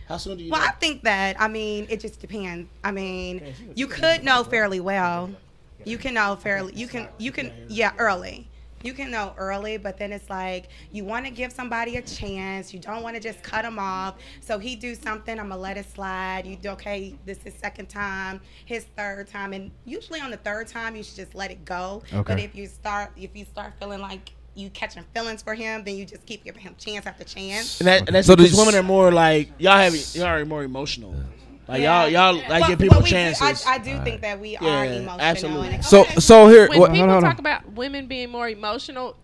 F: How soon do you?
H: well
F: know?
H: I think that I mean it just depends I mean you could know fairly well you can know fairly you can you can yeah early you can know early but then it's like you want to give somebody a chance you don't want to just cut him off so he do something i'm gonna let it slide you do okay this is second time his third time and usually on the third time you should just let it go but
B: Okay.
H: if you start if you start feeling like you catching feelings for him then you just keep giving him chance after chance
F: And, that, and that's
E: So
F: because
E: does-
F: women are more like y'all have y'all are more emotional. Like
H: Yeah.
F: y'all y'all like
H: Well,
F: give people
H: well, we do- I-
F: chances.
H: I, do think that we
F: Yeah,
H: are emotional
F: absolutely.
H: and
E: So
G: Okay.
E: so here
G: when
E: what-
G: people
B: hold on, hold
G: talk
B: on.
G: about women being more emotional,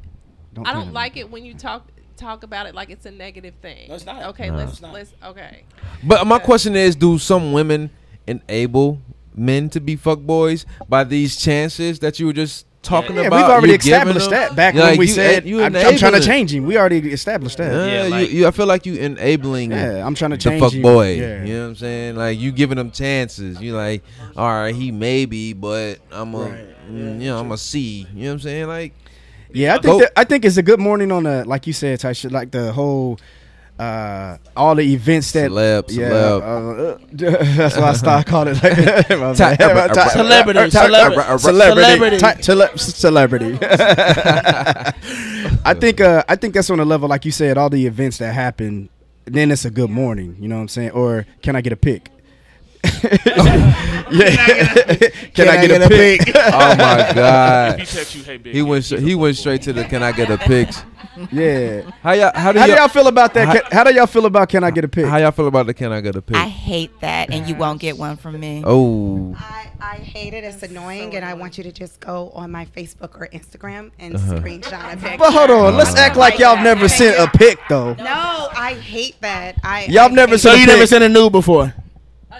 G: I
B: play
G: don't
B: that.
G: like it when you talk talk about it like it's a negative thing.
F: No, it's not.
G: Okay,
F: No,
G: let's
F: it's not.
G: let's okay.
E: But my question is, do some women enable men to be fuckboys by these chances that you were just talking
B: Yeah,
E: about?
B: we've already
E: You giving
B: established
E: them?
B: that back
E: Yeah,
B: when we
E: you-
B: said
E: you
B: I'm, I'm trying to
E: enabling.
B: change him. We already established that.
E: Yeah,
I: Yeah, like-
E: you, you, I feel like you enabling.
B: Yeah, I'm trying to change
E: the fuck
B: you.
E: boy.
B: Yeah.
E: You know what I'm saying? Like you giving him chances. You like, all right, he maybe, but I'm a, mm, you know, I'm a C. You know what I'm
B: *laughs*
E: saying? Like,
B: Yeah, I think
E: Go-
B: that, I think it's a good morning on the like you said, Taisha, like the whole uh all the events that
E: Celeb,
B: yeah,
E: celeb.
B: uh, *laughs* uh, that's why I started calling it like that. *laughs* My bad.
E: Ta- uh, uh,
F: Celebrity,
E: uh, ta-
F: celebrity,
E: uh, uh,
F: celebrity.
B: celebrity, Ta- cele- celebrity. *laughs* I think uh, I think that's on a level like you said, all the events that happen. Then it's a good morning, you know what I'm saying? Or can I get a *laughs* pick?
E: *laughs*
B: yeah, *laughs* can I get a pick? *laughs*
E: Oh my
J: If he
E: god.
J: texts you, hey, big.
E: He
J: head,
E: went.
J: he's a
E: He went
J: fuckboy."
E: straight to the. Can I get a pics?
B: *laughs* Yeah.
E: How y'all? How do
B: How do
E: y'all?
B: y'all feel about that? Can- How do y'all feel about can I get a pick?
E: How y'all feel about the? Can I get a pic?
A: I hate that, and you won't get one from me.
E: Oh.
H: I, I hate it. It's annoying, and I want you to just go on my Facebook or Instagram and screenshot a picture.
B: Uh-huh. But hold on, let's act like y'all never sent a pic though.
H: No, I hate that. I
B: Y'all
H: I
B: never
H: hate
B: said-
F: So
H: that.
F: you never sent a nude before.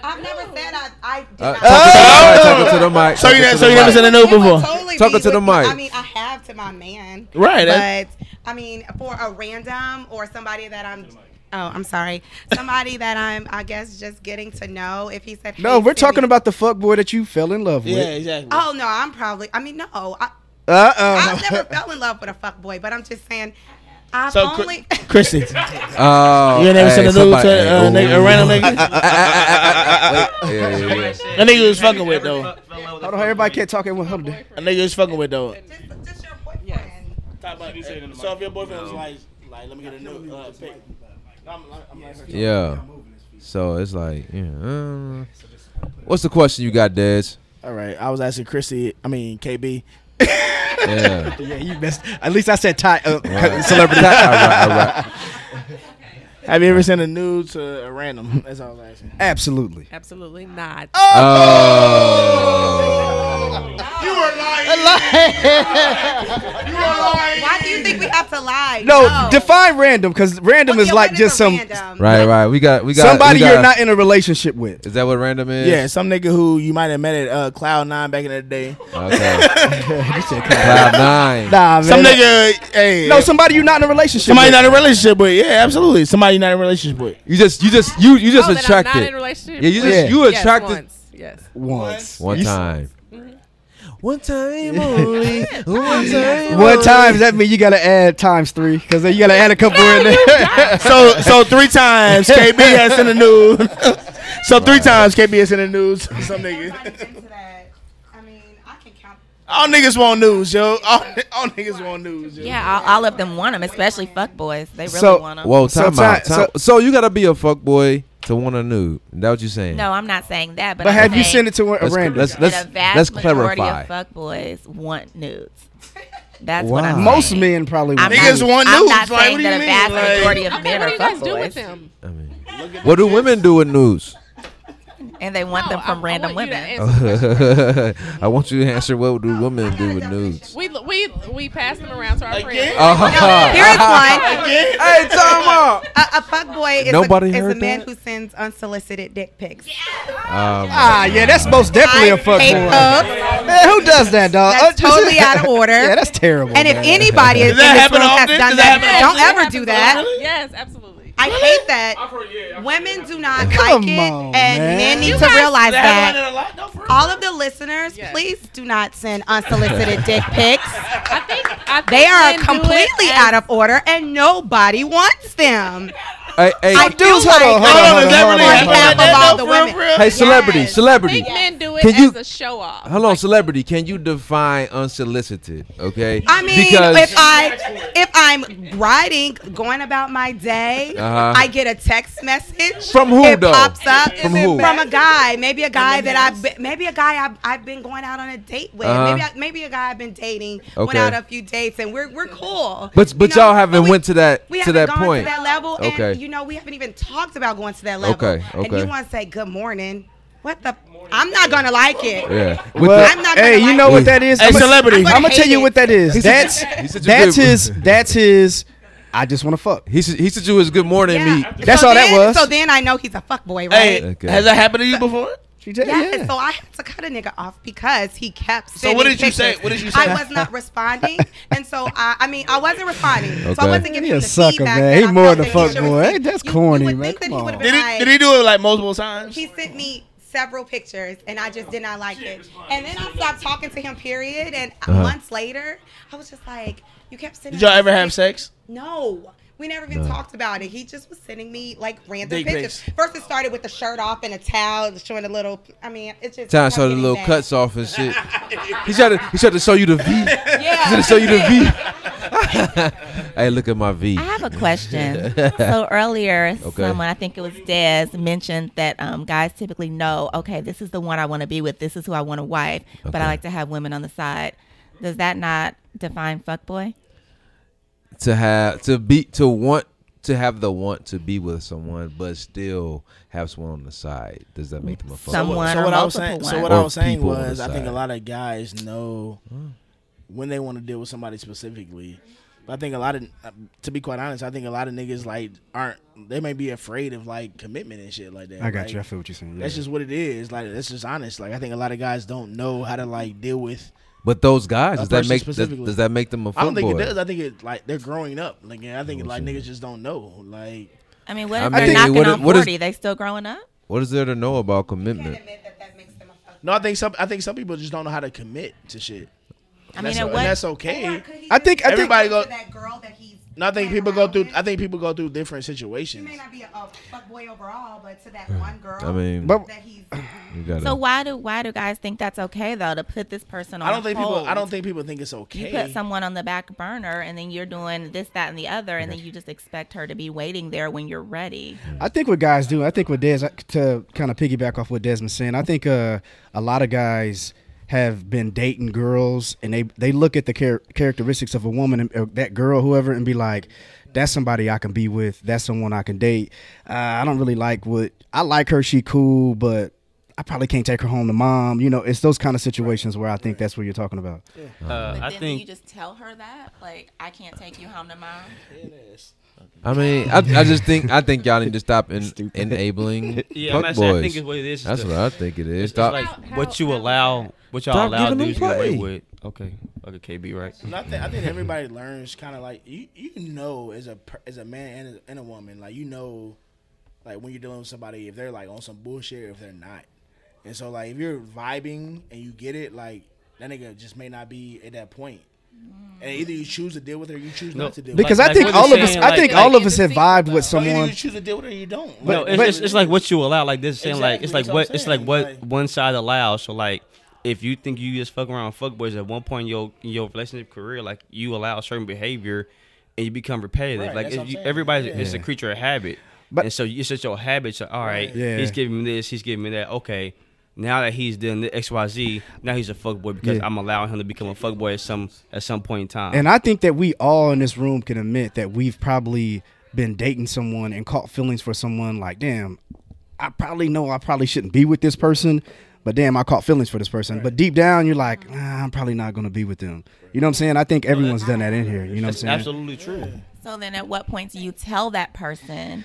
H: I've never said I. I did
E: Uh,
H: not.
E: talking to the mic, talking to the mic,
F: Oh! So you
E: talking
F: ne-
E: to
F: so
E: the
F: you never
E: mic.
F: sent a nude
H: It would
F: before.
H: totally
E: Talk
H: be
E: it to the
H: with me.
E: mic.
H: I mean, I have to my man.
F: Right, eh? that-
H: But I mean, for a random or somebody that I'm. Oh, I'm sorry. Somebody that I'm, I guess, just getting to know. If he said,
B: No,
H: "Hey,
B: we're
H: send
B: talking
H: me-"
B: about the fuck boy that you fell in love
F: Yeah,
B: with.
F: exactly.
H: Oh no, I'm probably. I mean, no, I,
B: Uh
H: I've
B: *laughs*
H: never
F: *laughs*
B: uh.
H: fell in love with a fuck boy, but I'm just saying, I've
F: So Chr-
H: only. *laughs*
F: Christy, you
E: Oh.
F: ain't never sent a nude
E: somebody-
F: to uh,
E: hey,
F: nigga, a
E: ooh.
F: random nigga.
E: ah, Wait, *laughs* yeah, yeah, yeah. *laughs*
F: That nigga was fucking with though.
B: Hold on, everybody can't talk at one. Hold on.
F: A nigga was fucking with though.
H: just, just your boyfriend.
F: So if your boyfriend was like, like, let me get a nude uh, pic. I'm, like- I'm like,
E: Yeah. So it's like, yeah. uh, what's the question you got, Dez?
F: all right. I was asking Christy. I mean KB. *laughs*
E: Yeah.
B: Yeah, you missed. At least I said tie
F: uh,
B: up.
F: *laughs*
E: Celebrity. all right, all right.
F: Have you ever sent a nude to a random? That's all I was asking.
B: Absolutely.
G: Absolutely not.
E: Uh, Oh.
H: *laughs* Why do you think we have to lie?
B: No, define random because random
H: Okay,
B: is like
H: what
B: just
H: a
B: some
A: Um,
H: random?
E: Right, right. We got, we got
B: somebody
E: we got-
B: you're not in a relationship with.
E: Is that what random is?
F: Yeah, some nigga who you might have met at uh, Cloud Nine back in the day. *laughs*
E: Okay. Cloud nine.
B: Nah,
F: Some nigga, hey,
B: No, somebody you're not in a relationship.
F: somebody
B: with.
F: not in a relationship with. Yeah, absolutely. Somebody not in a relationship with.
E: You just, you just, you, you just
G: oh, that I'm
E: attracted.
G: not in a relationship.
E: yeah, you just,
B: Yeah.
E: you
G: yes,
E: attracted
G: once. Yes.
B: once.
E: one
B: You s-
E: time. Mm-hmm. One *laughs* time only. *laughs* One time.
B: One time does that mean you gotta add times three because then you gotta add a couple in there.
F: *laughs* So, so three times KB has in the news. so three times KB has in the news. Some nigga.
H: Everybody's into that. I mean, I can count.
F: All niggas want news, yo. All, *laughs* all niggas want news. Yo.
A: Yeah, all, all of them want them, especially fuck boys. They really
B: So-
A: want them.
E: Whoa, time
B: So
E: out.
B: ti-
E: Time- so,
B: so-
E: you gotta be a fuckboy to want a nude. That what you saying?
A: No, I'm not saying that, but,
B: but
A: I'm
B: have you
A: saying
B: sent it to a
E: Let's,
B: random?
E: let's,
A: the
E: let's,
A: vast
E: let's
A: majority
E: clarify.
A: of fuck boys want nudes. That's what
E: Wow.
A: I'm
B: Most
A: saying.
B: men probably
A: I'm
B: would.
F: Niggas
A: not,
F: want
A: I'm
F: nudes.
A: not
F: Like,
A: saying
F: what do
A: that
F: you
A: a
F: mean?
A: vast
F: Like-
A: majority of
G: Okay,
A: men are
G: what do you guys do
A: fuckboys.
G: with them?
E: What do women do with nudes?
A: and they want
G: No,
A: them from
G: I- I
A: random
G: want you to
A: women.
E: I want you to answer what *laughs* do women do with
G: *laughs*
E: nudes?
G: We we we pass them around to our friends.
B: Oh,
E: Uh-huh.
H: Here is one.
B: *laughs*
E: hey, time out.
H: A, a fuckboy is,
E: Nobody
H: a, is
E: heard
H: a man
E: that?
H: who sends unsolicited dick pics.
E: Um,
B: Ah, yeah, that's most definitely a fuck
H: Hey,
B: boy.
H: pup,
B: Man, who does that, dog?
H: That's totally out of order.
B: *laughs* yeah, that's terrible.
H: And if
B: man.
H: anybody in
F: Does that
H: this
F: happen
H: room has
F: often?
H: done
F: Does that
H: that,
F: happen
H: don't
G: It
H: ever
G: happens
H: do
G: a
H: that.
G: lot. Yes, absolutely.
H: I hate that.
J: I've heard, yeah. I've heard
H: Women
J: that.
H: do not
B: Come
H: like it,
B: on,
H: and
B: man.
H: men need
B: You
H: to realize
F: That happened
H: that.
F: a lot, though, for real.
H: All of the listeners,
G: Yes.
H: please do not send unsolicited dick pics.
G: I think I think
H: They are
G: men do it
H: completely
G: as-
H: out of order, and nobody wants them.
E: Hey, hey,
H: I do
B: Dudes, hold
H: like
B: on, hold on,
F: Hold on,
B: hold on,
F: is
B: hold
F: that
B: on,
F: really
B: hold on,
H: half
F: happened?
H: of
B: hold on.
H: all
F: That
H: the
F: no, Oh, for real,
H: women.
F: for real?
E: hey, celebrity,
H: Yes.
G: I
E: celebrity.
G: think men do it
E: Can you-
G: as a show off.
E: Hello, celebrity. Can you define unsolicited? Okay.
H: I mean,
E: because
H: if uh, I if I'm riding, going about my day,
E: Uh-huh.
H: I get a text message
E: From who,
H: It
E: though?
H: pops up
E: From who?
H: From a guy, maybe a guy that I've been, maybe a guy I've, I've been going out on a date with,
E: Uh-huh.
H: maybe I, maybe a guy I've been dating, went
E: Okay.
H: out a few dates, and we're we're cool.
E: but but
H: You know,
E: y'all haven't
H: we-
E: went to that
H: we
E: to
H: haven't
E: that
H: gone
E: point.
H: to that level,
E: Okay.
H: and you know we haven't even talked about going to that level.
E: Okay,
H: And
E: okay.
H: you want to say good morning? What the? I'm not gonna like it.
E: yeah. With
B: Well,
H: I'm not gonna
B: hey, you
H: like
B: know
E: it.
B: what that is?
F: Hey,
B: I'ma-
F: celebrity.
B: I'm gonna tell
H: hate
B: you
H: it.
B: what that is.
E: such a-
B: That's
E: he's such a
B: that's
E: good-
B: his. That's his. I just want to fuck.
E: the, he said he said you was good morning
H: Yeah.
E: meat.
B: That's all that
H: then-
B: was.
H: So then I know he's a fuckboy, right?
F: Hey,
E: Okay.
F: has that happened to you before?
B: She did-
H: Yeah,
B: yeah.
H: and so I had to cut a nigga off because he kept.
F: So what
H: sending
F: did you say?
H: pictures.
F: What did you say?
H: I was not responding, and so I, I mean, I wasn't responding, so
E: Okay.
H: I wasn't giving
B: He a
H: him the
B: sucker,
H: feedback.
B: man.
H: that
B: He
H: I
B: more
H: felt
B: than
H: that he
B: fuck
H: should
B: boy.
H: receive.
B: Hey, that's
H: You- you
B: corny,
H: would
B: man.
H: think that
B: Come
H: he would've
B: on.
H: been
F: Did he,
H: like-
F: did he do it like multiple times?
H: He sent me several pictures, and I just did not like it. And then I stopped talking to him. Period. And months later, I was just like, "You kept sending."
F: Uh-huh. Did y'all
H: me
F: ever
H: these
F: have
H: pic-
F: sex?
H: No. We never even talked about it. He just was sending me like random
F: Dick
H: pictures. First, it started with the shirt off and a towel, showing a little. I mean, it's just
E: Time so the
H: fucking
E: little
H: bad.
E: cuts off
H: *laughs*
E: and shit. He tried to he tried to show you the V. He tried to show you the V.
H: *laughs*
E: hey, look at my V. *laughs*
A: I have a question. so earlier,
E: *laughs* Okay.
A: someone I think it was Des mentioned that um, guys typically know, okay, this is the one I want to be with, this is who I want to wife, but I
E: Okay.
A: like to have women on the side. Does that not define fuckboy?
E: to have to be to want to have the want to be with someone, but still have someone on the side. Does that make them a fuck?
A: Someone.
F: so
A: or
F: what I was saying,
A: multiple
F: so
A: ones.
F: what I
E: Or
F: was saying
E: people on
F: was,
E: the
F: I think a
E: side.
F: lot of guys know when they want to deal with somebody specifically. But I think a lot of, to be quite honest, I think a lot of niggas like aren't. They may be afraid of like commitment and shit like that.
B: I got
F: Like,
B: you. I feel what you're saying.
F: That's just what it is. Like that's just honest. Like I think a lot of guys don't know how to like deal with.
E: But those
F: A
E: guys, does that
F: person
E: make does,
F: specifically.
E: does that make them a fuckboy?
F: I don't think it does. I think it like they're growing up. Like yeah, I think like niggas just don't know. Like
A: I mean, what
E: I
A: if
E: mean,
A: they're knocking
E: what is-
A: on
E: what is-
A: 40? they still growing up?
E: What is there to know about commitment?
H: admit that that makes them a fuck-
F: no, I think some. I think some people just don't know how to commit to shit.
A: I mean,
F: And that's,
A: at
F: and
A: what
F: that's okay.
H: Or could he
B: I
H: just
B: think. I think.
F: Everybody
H: go
F: go.
H: to that girl that he's
F: No, I think
H: playing
F: people go
H: around
F: through.
H: with?
F: I think people go through different
H: he
F: situations.
H: may not be a, a fuckboy overall, but to that one girl
E: I mean,
B: But
H: that he's
E: *coughs* you gotta.
A: So why do why do guys think that's okay though to put this person on?
F: I don't think people. I
A: hold?
F: don't think people think it's
A: you
F: okay.
A: put someone on the back burner and then you're doing this, that, and the other, and then you just expect her to be waiting there when you're ready.
B: I think what guys do, I think what Des, to kind of piggyback off what Desmond's saying, I think uh, a lot of guys have been dating girls and they, they look at the char- characteristics of a woman, and, or that girl, whoever, and be like, that's somebody I can be with. That's someone I can date. Uh, I don't really like what, I like her, she cool, but I probably can't take her home to mom. You know, it's those kind of situations where I think that's what you're talking about.
I: Uh, I think
A: just tell her that, like, I can't take you home to mom.
E: I mean, I, I just think I think y'all need to
I: *laughs*
E: stop en- enabling
I: Yeah, I'm
E: fuck
I: not saying- I
E: boys.
I: think it's what it is. It's
E: That's
I: the-
E: what I think it is.
I: it's
E: Stop.
I: like
G: How-
I: what
G: how-
I: you
G: how-
I: allow, what y'all
E: Stop
I: allow
E: giving them
I: dudes to get away
E: play.
I: with. Okay, okay, KB, right?
F: And I think, I think everybody learns kind of like you. You know, as a per- as a man and, as, and a woman, like you know, like when you're dealing with somebody, if they're like on some bullshit or if they're not. And so, like, if you're vibing and you get it, like that nigga just may not be at that point. And
A: Mm.
F: either you choose to deal with her, or you choose
I: No,
F: not to deal.
B: Because
I: Like-
B: I
I: like
B: think
I: what
B: all
I: you're
B: of us,
I: saying,
B: I think
I: like-
B: all of us have vibed with
F: with her.
I: Oh,
F: Either
B: someone.
F: you choose to deal with her, or you don't.
I: no,
F: Like,
I: it's,
B: but-
I: it's, it's like what you allow. Like this, is saying like it's like
F: Exactly,
I: what
F: that's
I: it's
F: what I'm
I: like what
F: saying, like-
I: one side allows. So like, if you think you just fuck around with fuckboys at one point in your in your relationship career, like you allow certain behavior, and you become repetitive.
F: Right,
I: like
F: that's what
I: if
F: I'm
I: you,
F: saying,
I: everybody
F: yeah.
I: is a creature of habit,
B: But-
I: and so it's just your habit. So all right,
B: Yeah.
I: he's giving me this, he's giving me that. Okay. Now that he's done the X Y Z, now he's a fuckboy because
B: Yeah.
I: I'm allowing him to become a fuckboy at some at some point in time.
B: And I think that we all in this room can admit that we've probably been dating someone and caught feelings for someone like, damn, I probably know I probably shouldn't be with this person, but damn, I caught feelings for this person. But deep down, you're like, "Nah, I'm probably not gonna be with them. You know what I'm saying? I think everyone's done that in here. You know what I'm
I: That's
B: saying?
I: absolutely true.
A: So then, at what point do you tell that person,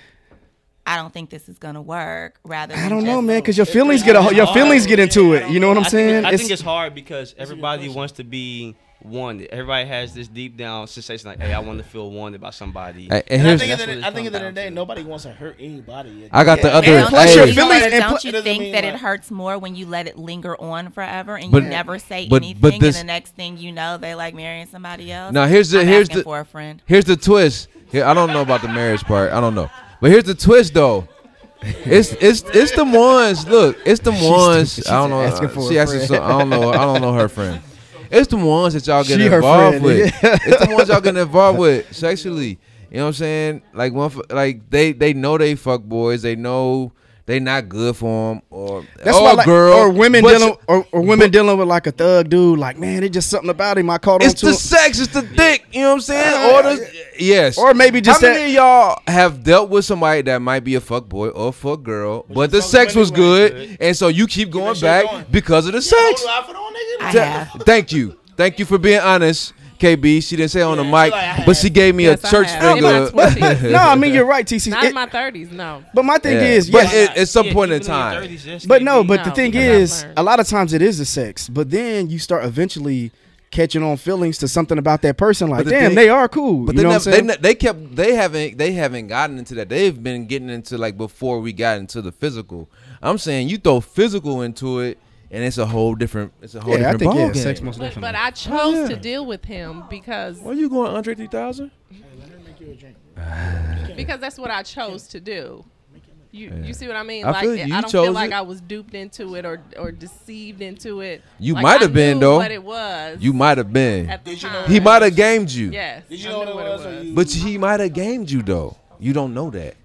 A: "I don't think this is gonna work"? Rather,
B: I
A: than
B: don't
A: just-
B: know, man, because your feelings get a, your
I: hard.
B: feelings get into it. You know what I'm
I: I
B: saying?
I: Think, I think it's hard because everybody wants to be wanted. Everybody has this deep down sensation like, hey, I want to feel wanted by somebody.
E: Hey, and
I: And
E: here's-
I: that's
F: think at
I: what it
F: the- I think at
I: comes
F: the end of
I: down
F: the day,
I: to.
F: nobody wants to hurt anybody.
E: I got the other.
A: And
E: hey,
A: don't you,
B: your
A: feel
B: feelings
A: it-
B: and
A: don't
F: put-
A: you
F: it doesn't
A: think
F: mean
A: that
F: like-
A: it hurts more when you let it linger on forever and
E: But-
A: you never say
E: but- but
A: anything,
E: this-
A: and the next thing you know, they like marrying somebody else?
E: Now, here's the-
A: I'm
E: here's
A: asking
E: the-
A: for a friend.
E: Here's the twist. Here, I don't know about the marriage part. I don't know. But here's the twist though. It's it's it's the ones. Look, it's the ones.
B: she's
E: I don't know.
B: asking for
E: she
B: a
E: asking.
B: friend.
E: So, I don't know. I don't know her friend. It's the ones that y'all get
B: She her
E: involved
B: friend, *laughs*
E: with.
B: nigga.
E: it's the ones y'all get involved with sexually. You know what I'm saying? Like one, fu- like they they know they fuck boys. They know they not good for them or
B: That's
E: or
B: why, like,
E: Oh, girl
B: or women
E: But
B: dealing, or, or women dealing with like a thug dude. Like, man, it's just something about him. I caught on
E: It's
B: to.
E: the
B: it.
E: sex, it's the dick. You know what I'm saying?
B: Uh,
E: Or the yes,
B: or maybe just
E: how
B: that-
E: many of y'all have dealt with somebody that might be a fuck boy or fuck girl, but the
F: fuck
E: sex
F: women
E: was
F: like
E: good, and so you keep
F: that
E: going
F: shit
E: back
F: going.
E: because of the
F: Sex.
E: sex.
A: I
E: Th-
A: have.
E: *laughs* Thank you, thank you for being honest, KB. She didn't say it on the
F: Yeah,
E: mic,
F: she like, I
E: but
F: have.
E: she gave me
G: Yes,
E: a
G: I
E: church
G: have. In
E: finger. *laughs*
G: my 20s.
B: no, I mean you're right, TC.
G: Not
B: It-
G: in my thirties, no.
B: but my thing
E: Yeah.
B: is,
E: but
B: yes,
E: it, at some
I: Yeah,
E: point in
I: even your
E: time,
I: 30s, that's
B: But
I: gonna
B: no,
I: be-
B: but the
G: No,
B: thing
G: because I've
B: is,
G: learned.
B: a lot of times it is the sex, but then you start eventually catching on feelings to something about that person. Like,
E: the
B: damn,
E: thing-
B: they are cool.
E: But
B: you
E: they,
B: know what I'm
E: never, they,
B: saying?
E: ne- they kept they haven't they haven't gotten into that. They've been getting into like before we got into the physical. I'm saying you throw physical into it, and it's a whole different it's a whole
B: yeah, I
E: different
B: think yeah,
E: ballgame.
B: sex most
G: But,
B: definitely.
G: but I chose to
B: yeah.
G: deal with him because
E: Oh, Why you going Andre 3000?
G: because that's what I chose to do. You you see what I mean?
E: I
G: like
E: feel you. You
G: I don't
E: chose
G: feel like
E: it.
G: I was duped into it or or deceived into it.
E: You
G: Like,
E: might
G: I
E: have been,
G: knew
E: though.
G: What it was.
E: You might have been.
G: at the
F: Did you know
G: time.
E: He might have gamed you.
G: Yes.
F: Did you
G: I
F: know
G: knew
F: what it was? or you-
E: But he might have gamed you though. You don't know that.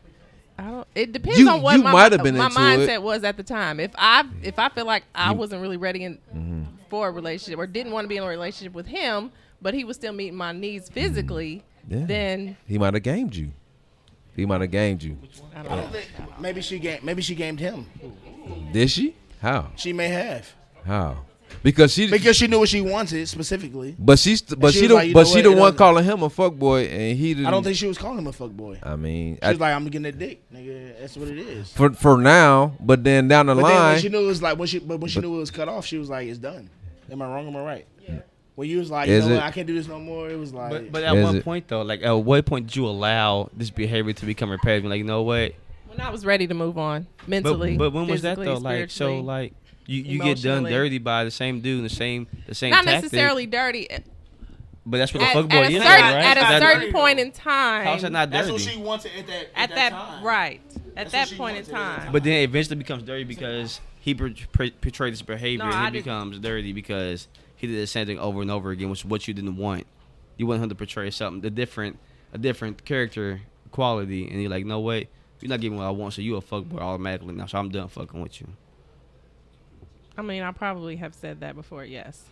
G: I don't. It depends
E: You-
G: on what
E: you
G: my,
E: might have been
G: my
E: into
G: mindset
E: it.
G: was at the time. If I if I feel like I wasn't really ready in, for a relationship or didn't want to be in a relationship with him, but he was still meeting my needs physically,
E: Yeah.
G: then
E: He might have gamed you. He might have gamed you.
G: I don't know.
F: Maybe she game. Maybe she gamed him.
E: Did she? How?
F: She may have
E: How? Because she
F: because she knew what she wanted specifically.
E: but she's but
F: she
E: she
F: was
E: the
F: like, you
E: but
F: know
E: she
F: what,
E: the
F: it
E: one
F: doesn't-
E: calling him a fuckboy and he didn't
F: I don't think she was calling him a fuckboy.
E: I mean
F: She
E: I,
F: was like, I'm getting a dick, nigga. That's what it is.
E: for for now, but then down the
F: But then when
E: line
F: she knew it was like when she but when she knew it was cut off, she was like, It's done. Am I wrong? Am I right? When you was like, you
E: Is
F: know
E: it-
F: what, I can't do this no more, it was like
I: But, but at
E: Is
I: one
E: it-
I: point though, like at what point did you allow this behavior to become repetitive? Like you know what?
G: when I was ready to move on
I: But
G: mentally.
I: but when was that
G: physically,
I: though? Like so
G: spiritually.
I: like you, you get done
G: emotionally.
I: dirty by the same dude, and the same the same.
G: not
I: tactic,
G: necessarily dirty. At,
I: But that's what the
G: at,
I: fuck
G: at
I: boy
G: a
I: is,
G: certain,
I: though, right?
G: at
I: Is
G: a
I: that-
G: certain point in
I: How's that
G: time,
I: not
F: that's
I: dirty?
F: what she wanted at that at,
G: at that
F: time.
G: right, at
F: That's what
G: that
F: she
G: point in
F: wanted at that
G: time.
I: But then it eventually becomes dirty because he per- per- portrayed this behavior.
G: No,
I: and
G: I
I: he
G: didn't-
I: becomes dirty because he did the same thing over and over again, which is what you didn't want. You wanted him to portray something the different, a different character quality, and you're like, no way, you're not giving what I want, so you a fuckboy automatically now. So I'm done fucking with you.
G: I mean, I probably have said that before. Yes.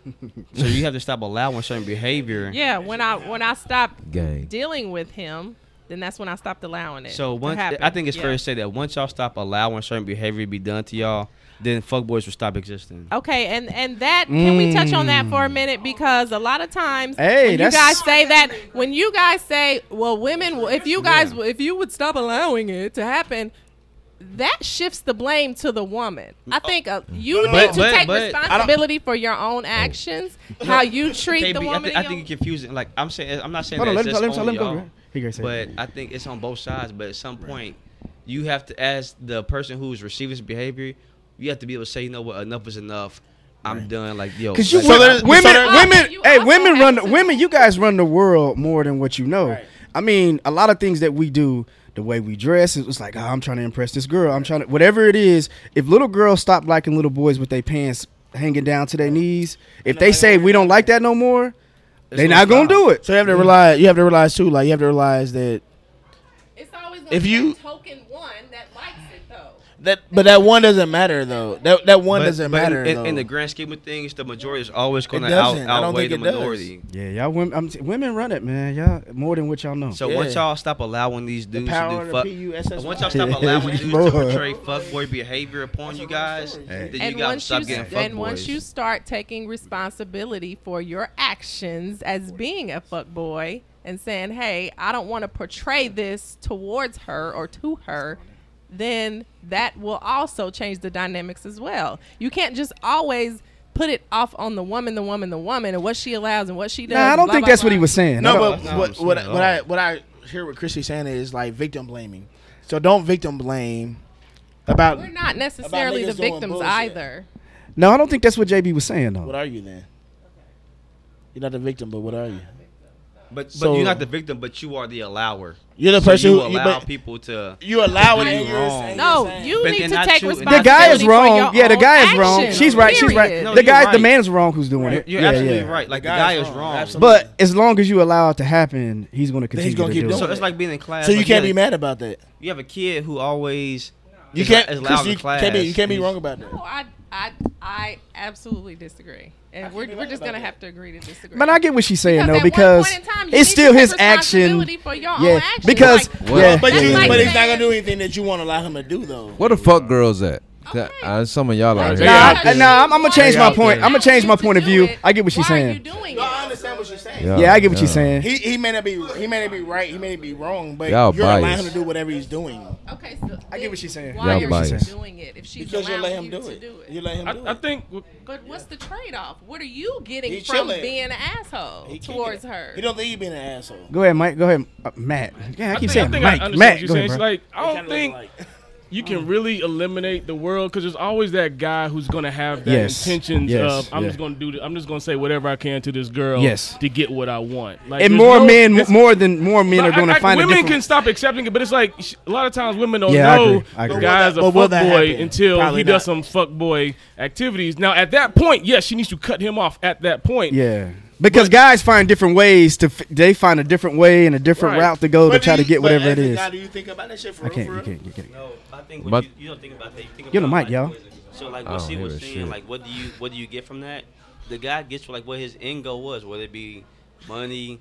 I: So you have to stop allowing certain behavior.
G: Yeah. When I when I stopped
E: game.
G: dealing with him, then that's when I stopped allowing it.
I: So
G: to
I: once
G: happen.
I: I think it's
G: Yeah.
I: fair to say that once y'all stop allowing certain behavior to be done to y'all, then fuckboys will stop existing.
B: Mm.
G: Okay, and and that can we touch on that for a minute because a lot of times
B: Hey,
G: when you
B: that's-
G: guys say that when you guys say well women will- if you guys if you would stop allowing it to happen that shifts the blame to the woman. I think uh, you
I: no,
G: need
I: no,
G: to
I: Oh. but-
G: take
I: but-
G: responsibility for your
B: Oh.
I: *laughs*
G: own actions, how you treat
I: KB,
G: the
I: I,
G: woman.
I: think,
G: in
I: I
G: your-
I: think you're confusing. Like I'm saying, I'm not saying
B: Hold on,
I: that
B: let him
I: it's
B: go, let him
I: just
B: go, let him
I: only
B: go, bro. He
I: y'all,
B: gonna say
I: but
B: it.
I: I think it's on both sides. But at some point, you have to ask the person who's receiving this behavior. You have to be able to say, you know what, enough is enough. I'm done. Like yo,
B: Cause you
I: like,
B: women,
F: there's-
B: women,
F: so there's-
B: women-
G: You
B: hey,
G: also
B: women
G: have
B: run, the
G: to-
B: women. You guys run the world more than what you know.
F: Right.
B: I mean, a lot of things that we do, the way we dress, it's like, oh, I'm trying to impress this girl. I'm trying to, whatever it is. If little girls stop liking little boys with their pants hanging down to their knees, if they say we don't like that no more,
I: gonna
B: they not gonna
I: stop.
B: do it.
F: So you have to realize you have to realize too, like you have to realize that
G: it's always gonna
F: if
G: be
F: you-
G: a token one that likes it though.
F: That, but that one doesn't matter though. That that one
I: But-
F: doesn't
I: but
F: matter.
I: In,
F: though.
I: in the grand scheme of things, the majority is always going
F: It
I: to out,
F: doesn't. I don't
I: outweigh the
F: think it does.
I: minority.
B: Yeah, y'all women, I'm t- women run it, man. Y'all more than what y'all know.
I: So
F: Yeah.
I: once y'all stop allowing these dudes
F: power
I: to
F: of
I: do
F: the
I: fuck,
F: PUSSY.
I: once y'all stop
B: *laughs*
I: allowing dudes to portray fuckboy behavior upon you guys, then you
G: and
I: gotta
G: once
I: stop
G: you
I: getting
G: and once you
I: fuckboys.
G: start taking responsibility for your actions as being a fuckboy and saying, "Hey, I don't want to portray this towards her or to her." Then that will also change the dynamics as well. You can't just always put it off on the woman, the woman, the woman, and what she allows and what she does.
B: Nah, I don't
G: blah,
B: think
G: blah,
B: that's what
G: blah.
B: he was saying. I
F: No,
B: don't-
F: but
I: that's not
F: what
I: what I'm
F: what,
I: saying at
F: what I
I: all.
F: what I hear what Christy's saying is like victim blaming. So don't victim blame about.
G: We're not necessarily
F: niggas
G: the
F: doing
G: victims
F: bullshit.
G: either.
B: no, I don't think that's what JB was saying though.
F: What are you then? You're not the victim, but what are you?
I: But, but
F: So-
I: you're not the victim, but you are the allower.
F: You're the
I: So
F: person
I: you
F: who- you-
I: allow
F: but-
I: people to.
F: You allow
I: But
F: it.
I: you
F: and you're
I: wrong.
F: saying-
G: No,
F: you're
G: you
I: But
G: need
I: then
G: to
I: I choose-
G: take
I: The
B: the
G: responsibility.
B: guy is
G: for your
B: wrong. Yeah, the
G: own
B: guy is wrong.
G: actions,
B: She's right. She's right.
G: period.
I: No,
B: the
I: you're
B: guy, the
I: right.
B: man is wrong who's doing it.
I: You're
B: yeah,
I: absolutely
B: yeah.
I: right. Like the
F: guy's
I: guy is
F: wrong.
I: wrong.
F: Absolutely.
B: But as long as you allow it to happen, he's going to continue
F: he's gonna
B: to
F: keep
B: do
F: doing
I: So
B: it.
I: it's like being in class.
F: So you
I: like,
F: can't
I: yeah,
F: be mad about that.
I: You have a kid who always.
F: You
I: is-
F: can't.
I: is
F: Christy,
I: loud in
F: you
I: class.
F: can't be. You can't be
I: He's-
F: wrong about that.
G: No, I, I, I absolutely disagree, and we're, we're just gonna have to agree to disagree.
B: Man, I get what she's saying
G: at
B: though
G: one
B: because
G: point in time, you
B: it's
G: need to
B: still
G: take
B: his action.
G: responsibility for your own
B: Yeah,
G: actions.
B: because
G: Like,
E: Well,
B: yeah,
F: But
G: That's
F: you,
G: like
F: but he's not
G: saying-
F: gonna do anything that you want to allow him to do though.
E: Where the fuck girls at? Uh, some of y'all out
G: Like,
E: here.
B: Nah,
G: out
B: I-
G: there.
B: nah, I'm, I'm gonna change
E: They
B: my
E: out
B: point.
E: there.
B: I'm gonna change my point of
G: You
B: view.
G: do it.
B: I get what she's
G: Why are you
B: saying.
G: doing
F: No, I
G: it?
F: understand what you're saying.
B: Yeah, I get what she's saying.
F: He he may not be he may not be right. He may not be wrong, but
E: Y'all
F: you're allowing
E: biased.
F: him to do whatever he's doing
G: Okay, so
B: I get what she's saying.
G: Why
E: Y'all
G: are you
E: biased.
G: doing it if she's
F: because you let
G: allowing
F: him
G: you
F: do
G: to
F: it.
G: do it?
F: You let him do
J: I, I
F: it.
J: think w-
G: But what's the trade-off? What are you getting
F: He
G: from
F: chilling.
G: being an asshole
F: He keep
G: towards
F: it.
G: her?
F: He don't think he being an asshole.
B: Go ahead, Mike. Go ahead, uh, Matt. Yeah, I
J: I
B: keep
J: think, I
B: saying
J: think I
B: Mike.
J: understand
B: Matt,
J: what you're
B: go
J: saying.
B: ahead,
J: It's
B: bro.
J: like I don't think you can really eliminate the world because there's always that guy who's going to have that
B: Yes.
J: intentions
B: Yes.
J: of I'm
B: Yeah.
J: just going to do th- I'm just going to say whatever I can to this girl
B: Yes.
J: to get what I want. Like,
B: And
J: there's
B: more
J: no-
B: men,
J: it's-
B: more than more men are
J: Like,
B: going
J: I-
B: to
J: I-
B: find a
J: women
B: different.
J: can stop accepting it, but it's like sh- a lot of times women don't
B: Yeah, I
J: know
B: agree. I
J: the
B: agree.
J: guy's
F: But
J: a
F: will that
J: fuckboy
F: happen?
J: until
F: Probably
J: he does
F: not.
J: some fuckboy activities. Now, at that point, yes, she needs to cut him off at that point.
B: Yeah, because guys find different ways to. F- they find a different way and a different
J: Right.
B: route to go to
F: But
B: try to
F: do you-
B: get
F: but
B: whatever
F: as
B: it
F: a
B: is.
F: guy, do you think about that shit for
B: I
F: real,
B: can't.
F: for
B: You
F: real?
B: can't. You can't.
I: No, I think
E: But-
I: what you, you don't think about that. You think
B: Get on
I: about
B: the mic,
I: like,
B: y'all.
I: what is it? So like
E: I
I: what
E: don't
I: she
E: hear
I: was
E: this
I: saying,
E: shit.
I: like what do you what do you get from that? The guy gets like what his end goal was, whether it be money,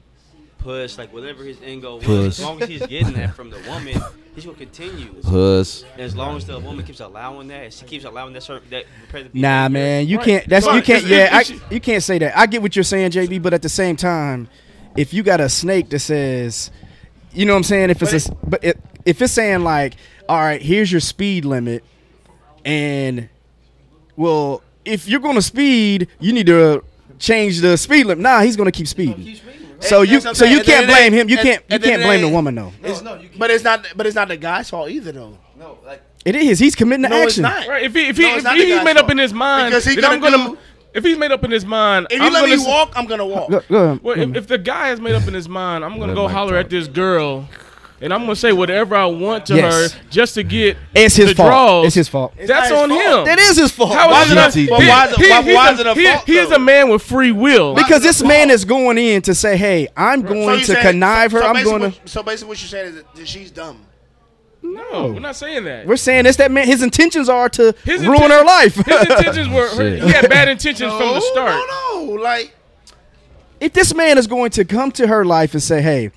I: push, like whatever his end goal was.
E: Puss.
I: As long as he's getting that from the woman, he's gonna continue.
E: Puss.
I: As long as the woman keeps allowing that, and she keeps allowing that certain that repetitive behavior,
B: Nah, man, you can't. That's you
J: Right.
B: can't.
J: It's-
B: Yeah,
J: it's-
B: I, you can't say that. I get what you're saying, JB, but at the same time, if you got a snake that says, you know what I'm saying, if it's a, s- but it, if it's saying like, all right, here's your speed limit, and well, if you're gonna speed, you need to change the speed limit. Nah, he's gonna keep speeding. So
F: And
B: you,
F: that's what
B: so
F: I'm
B: you
F: saying. At
B: can't
F: the end
B: blame
F: of
B: him. You
F: at-
B: can't, you
F: at the
B: can't
F: end of
B: blame
F: the
B: the
F: day-
B: woman though.
F: It's- But it's not. But it's not the guy's fault either, though.
I: No, like
B: It is. He's committing the
F: No, it's
B: action.
F: not.
J: Right? If he if he
F: No, it's
J: if
F: not the
J: he's
F: guy's
J: made up
F: fault.
J: in his mind
F: Because he
J: that I'm
F: gonna
J: gonna
F: do-
J: if he's made up in his mind
F: If you
J: I'm
F: let
J: gonna
F: me
J: s-
F: walk, I'm gonna walk.
B: Go, go ahead.
J: Well, if, if the guy has made up in his mind, I'm gonna
E: Let
J: go
E: Mike
J: holler
E: talk.
J: at this girl, and I'm gonna say whatever I want to
B: Yes.
J: her just to get
B: It's his
J: the
B: fault.
J: Draws.
B: It's his fault.
F: It's
J: That's
F: not
J: on
F: his fault.
J: him.
B: That is his fault.
J: How is it?
E: GTD.
J: a-
E: But why
F: is it- but
J: he-
F: why
J: he's
F: is it a
J: he-
F: fault,
J: He is
F: though?
J: a man with free will.
B: because
F: Why is
B: this
F: it
B: man
F: wrong?
B: is going in to say, "Hey, I'm
F: So
B: going to
F: you saying-
B: connive her.
F: so
B: I'm
F: basically
B: going to."
F: what- So basically, what you're saying is that- that she's dumb.
J: no, we're not saying that.
B: We're saying it's that man. His intentions are to
J: His
B: ruin
J: intention-
B: her life.
J: His
B: *laughs*
J: intentions were her,
E: Shit.
J: he had bad intentions from the
F: No,
J: start.
F: No, no, like
B: if this man is going to come to her life and say, "Hey,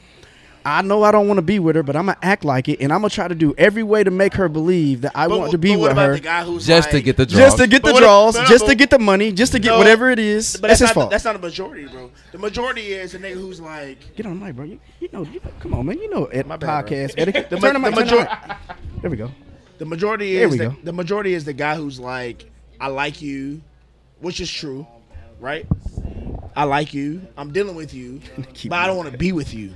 B: I know I don't want to be with her, but I'm gonna act like it, and I'm gonna try to do every way to make her believe that I
F: but,
B: want
F: wh-
B: to be
F: but what
B: with
F: about
B: her,
F: the guy who's
E: Just to
F: like-
E: get the draws.
B: just to get
F: But
B: the
F: what-
B: draws,
F: no, no,
B: just
F: but-
B: to get the money, just to get
F: No,
B: whatever it is.
F: But
B: that's, his
F: that's, not,
B: fault."
F: that's not a majority, bro. The majority is the nigga who's like
B: get on the mic, bro. You, you know, you know- come on, man. You know, at my
F: My bad, bro. *laughs*
B: podcast etiquette.
F: The ma-
B: turn the mic.
F: the
B: turn the
F: major-
B: mic. There we go.
F: the majority
B: There
F: is
B: we
F: the,
B: go.
F: the majority is the guy who's like I like you, which is true, right? I like you. I'm dealing with you,
B: Keep
F: but I don't want to be with you,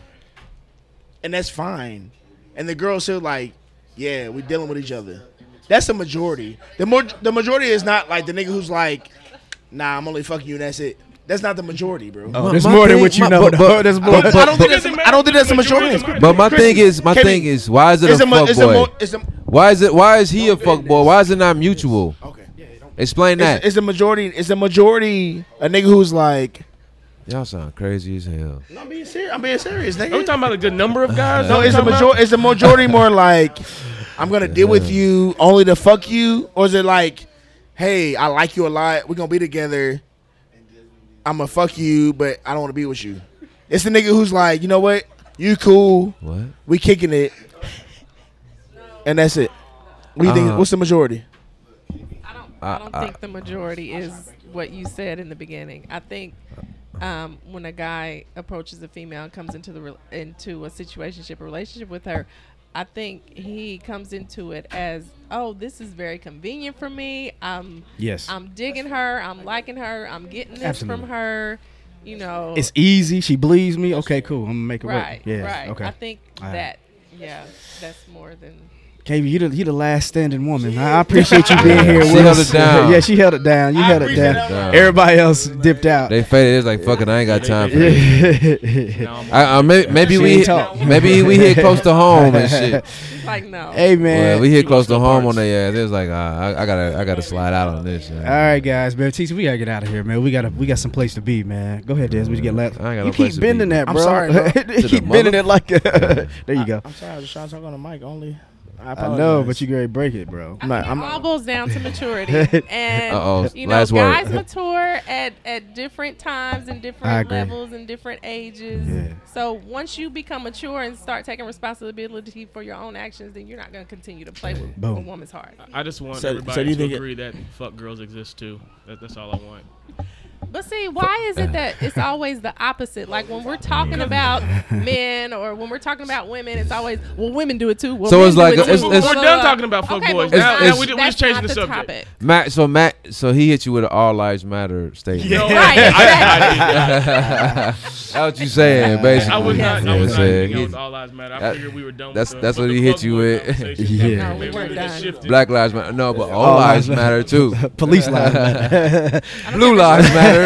F: and that's fine. And the girl said like, yeah, we're dealing with each other. That's the majority. The more the majority is not like the nigga who's like, nah, I'm only fucking you. and That's it. That's not the majority, bro.
B: There's more than what you know. though. There's more.
F: I don't think
J: but-
F: that's, I don't think that's the majority.
E: But my
F: Christian,
E: thing is, my
F: can
E: thing
F: we-
E: is, why is it
F: It's
E: a
F: a, mo- it's a,
E: fuckboy?
F: mo- it's a,
E: Why is it? Why is he a fuckboy? Why is it not mutual?
F: okay.
E: Explain
F: It's,
E: that.
F: it's the majority. It's the majority. A nigga who's like,
E: Y'all sound crazy as hell.
F: no, I'm being serious. I'm being serious,
J: Are we
B: *laughs*
F: nigga.
J: talking about like, the number of guys?
F: No,
J: Are we
F: it's the
J: *laughs* talking about-
F: majority. It's the majority more like, I'm gonna deal with you only to fuck you, or is it like, hey, I like you a lot, we're gonna be together. I'm gonna fuck you, but I don't want to be with you. It's the nigga who's like, you know what, you cool,
E: What?
F: we kicking it, and that's it. What do you
E: Uh,
F: think? What's the majority?
G: I don't,
E: I-
G: I don't
E: I-
G: think the majority is what you said in the beginning. I think um, when a guy approaches a female and comes into the re- into a situationship relationship with her, I think he comes into it as, "Oh, this is very convenient for me. I'm
B: Yes.
G: I'm digging her. I'm liking her. I'm getting this
B: Absolutely.
G: from her. You
F: Oh.
G: know,
B: It's easy. She believes me. Okay, cool. I'm gonna make it
G: right,
B: work. Yeah.
G: right.
B: Okay.
G: I think
B: All right.
G: that, yeah, that's more than."
B: KB, you the, you the last standing woman. I appreciate you
E: *laughs*
B: being here.
E: She
B: with
E: held
B: us.
E: it
B: *laughs*
E: down.
B: Yeah, she held it down. You held it
J: appreciate
B: down.
E: that.
B: Everybody else dipped out.
E: They faded. It's like fucking. I ain't got time for
B: Uh, Yeah. *laughs*
E: this. I, I, maybe maybe
B: She
E: we
B: ain't talk.
E: maybe we hit close to home and shit.
G: He's like, "No,
B: hey man.
E: Well, we hit
J: She wants
E: close to
J: no
E: home on
J: parts.
E: their ass. It was like, uh, I, I gotta I gotta slide out on this.
B: all right, guys, man. Teacher, we gotta get out of here, man. We gotta, we got some place to be, man. Go ahead, Des. We get left.
E: I ain't got no
B: you
E: place
B: keep
E: to be.
B: bending that, bro. *laughs*
F: I'm sorry, bro.
E: the
B: you keep bending
E: mother-
B: it like.
E: *laughs*
B: *laughs* there you go.
F: I'm sorry, I was just trying to talk on the mic only. I,
B: I know, but you gotta break it, bro.
F: I'm not.
G: it
F: I'm
G: all boils down to
B: *laughs*
G: maturity. and
E: Uh-oh,
G: you know,
E: last word.
G: guys mature at, at different times and
B: I
G: different
B: agree.
G: levels and different ages.
B: Yeah.
G: So once you become mature and start taking responsibility for your own actions, then you're not going to continue to play with
B: Boom.
G: a woman's heart.
J: I just want
F: So- so
J: everybody
F: do you
J: to
F: think it-
J: agree that fuck girls exist too. That, that's all I want.
G: But see, why is it that
B: *laughs*
G: it's always the opposite? Like when we're talking about men or when we're talking about women, it's always well, women do it too. Well,
E: So it's
G: men do
E: like-
G: it
E: it's-
G: too.
E: it's-
G: Blah, blah,
J: We're done
G: blah.
J: talking about
G: Okay,
J: fuckboys.
G: but
J: Now-
G: it's
J: now
G: not-
J: we ju- we
G: that's
J: just changed
G: not
J: the subject.
G: topic.
E: Matt, so Matt, so he hit you with an all lives matter statement.
J: No,
G: Right,
J: I, I,
E: that's what you saying,
J: didn't.
E: basically.
J: I was not. I was not.
E: You know what I'm
J: You know,
E: saying?
J: with all lives matter. I
E: that-
J: figured we were done.
E: that's-
J: with the-
E: that's what
J: the
E: he hit
J: fuck
E: you
J: boy
E: with.
J: conversation.
E: *laughs*
B: Yeah.
J: That
G: No, we weren't done.
J: shifted.
E: Black lives matter. No, but all lives matter too.
B: *laughs* Police
E: *laughs*
B: lives matter.
E: Blue lives
B: *laughs*
E: matter.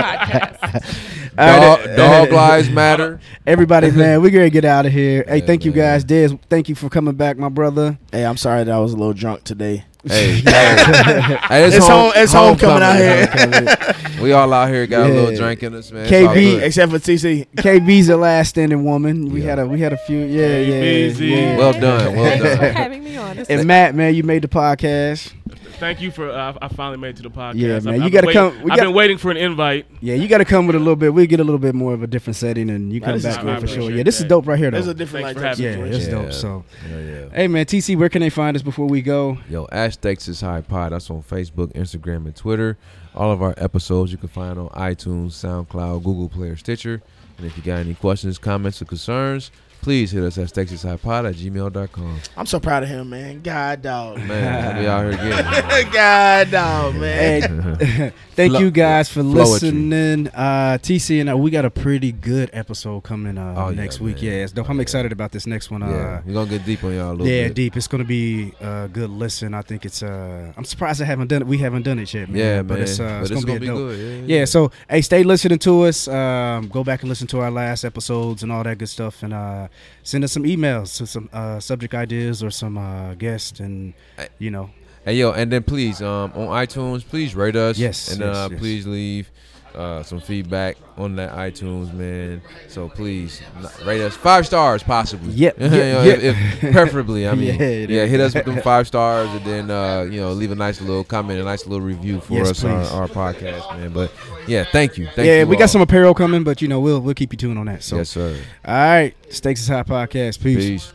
G: Podcast.
E: Dog, dog lives matter.
B: uh,
E: *laughs*
B: Everybody, man, we gotta get out of here. Hey,
E: Yeah,
B: thank you
E: man.
B: guys, Des. Thank you for coming back, my brother.
F: Hey, I'm sorry that I was a little drunk today. *laughs*
E: Hey, hey. Hey,
F: It's home- it's homecoming out here.
E: We all out here got a little
B: Yeah.
E: drink in us, man. It's
B: KB,
E: all good.
F: Except for TC.
B: KB's the last standing woman. We
E: Yeah.
B: had a we had a few. Yeah, yeah,
J: KBZ.
B: yeah.
E: Well done, well
G: Thanks for
E: done.
G: having me on. This
B: and Matt, man, you made the podcast.
J: Thank you for. Uh, I finally made it to the podcast.
B: Yeah,
J: I've-
B: man, you
J: I've been
B: gotta
J: waiting-
B: come- we
J: I've
B: got-
J: been waiting for an invite.
B: Yeah, you got to come with a little bit. We will get a little bit more of a different setting, and you come
F: this is
B: back
F: cool.
B: with for
F: I
B: sure.
J: appreciate
B: Yeah, this is
J: that.
B: dope right here,
F: There's
B: though.
F: a different
J: Thanks
F: like
J: for
F: type
J: having me.
B: yeah,
F: situation.
B: it's
E: Yeah.
B: dope. So,
E: Hell yeah.
B: hey man, TC, where can they find us before we go?
E: Yo, Ash Texas High Pod. That's on Facebook, Instagram, and Twitter. All of our episodes you can find on iTunes, SoundCloud, Google Play, or Stitcher. And if you got any questions, comments, or concerns, please hit us at TexasHighPod at gmail.com.
F: I'm so proud of him, man. God dog.
E: Man, we out here getting
F: *laughs*
E: it.
F: God dog, man.
B: Hey, thank
E: Flo-
B: you guys for
E: Floetry.
B: listening. Uh, TC and I, we got a pretty good episode coming uh,
E: Oh, yeah,
B: next week.
E: man.
B: Yeah, it's dope. I'm excited about this next one.
E: Yeah,
B: Uh,
E: we're going to get deep on y'all a little
B: yeah,
E: bit.
B: deep. It's gonna be a good listen. I think it's. Uh, I'm surprised I haven't done it. We haven't done it yet, man.
E: Yeah, man.
B: but it's, uh, it's, gonna, be, a dope.
E: good.
B: Yeah, so hey, stay listening to us. Um, go back and listen to our last episodes and all that good stuff, and uh, send us some emails to some uh, subject ideas or some uh, guests, and
E: Hey.
B: you know,
E: Hey yo, and then please um on iTunes, please rate us.
B: Yes,
E: and
B: yes,
E: uh,
B: yes.
E: please leave uh some feedback on that iTunes, man. So please n- rate us five stars, possibly.
B: Yep,
E: *laughs* You
B: yep,
E: know,
B: yep.
E: if- if- preferably. I mean,
B: *laughs* Yeah,
E: yeah,
B: it
E: hit us with
B: *laughs*
E: them five stars, and then uh you know leave a nice little comment, a nice little review for
B: Yes,
E: us on
B: please.
E: our podcast, man. But yeah, thank you. Thank
B: yeah,
E: you
B: we
E: all.
B: got some apparel coming, but you know, we'll we'll keep you tuned on that. So,
E: Yes, sir.
B: all right, Stakes is High podcast. Peace.
E: Peace.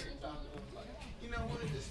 F: *laughs* Peace.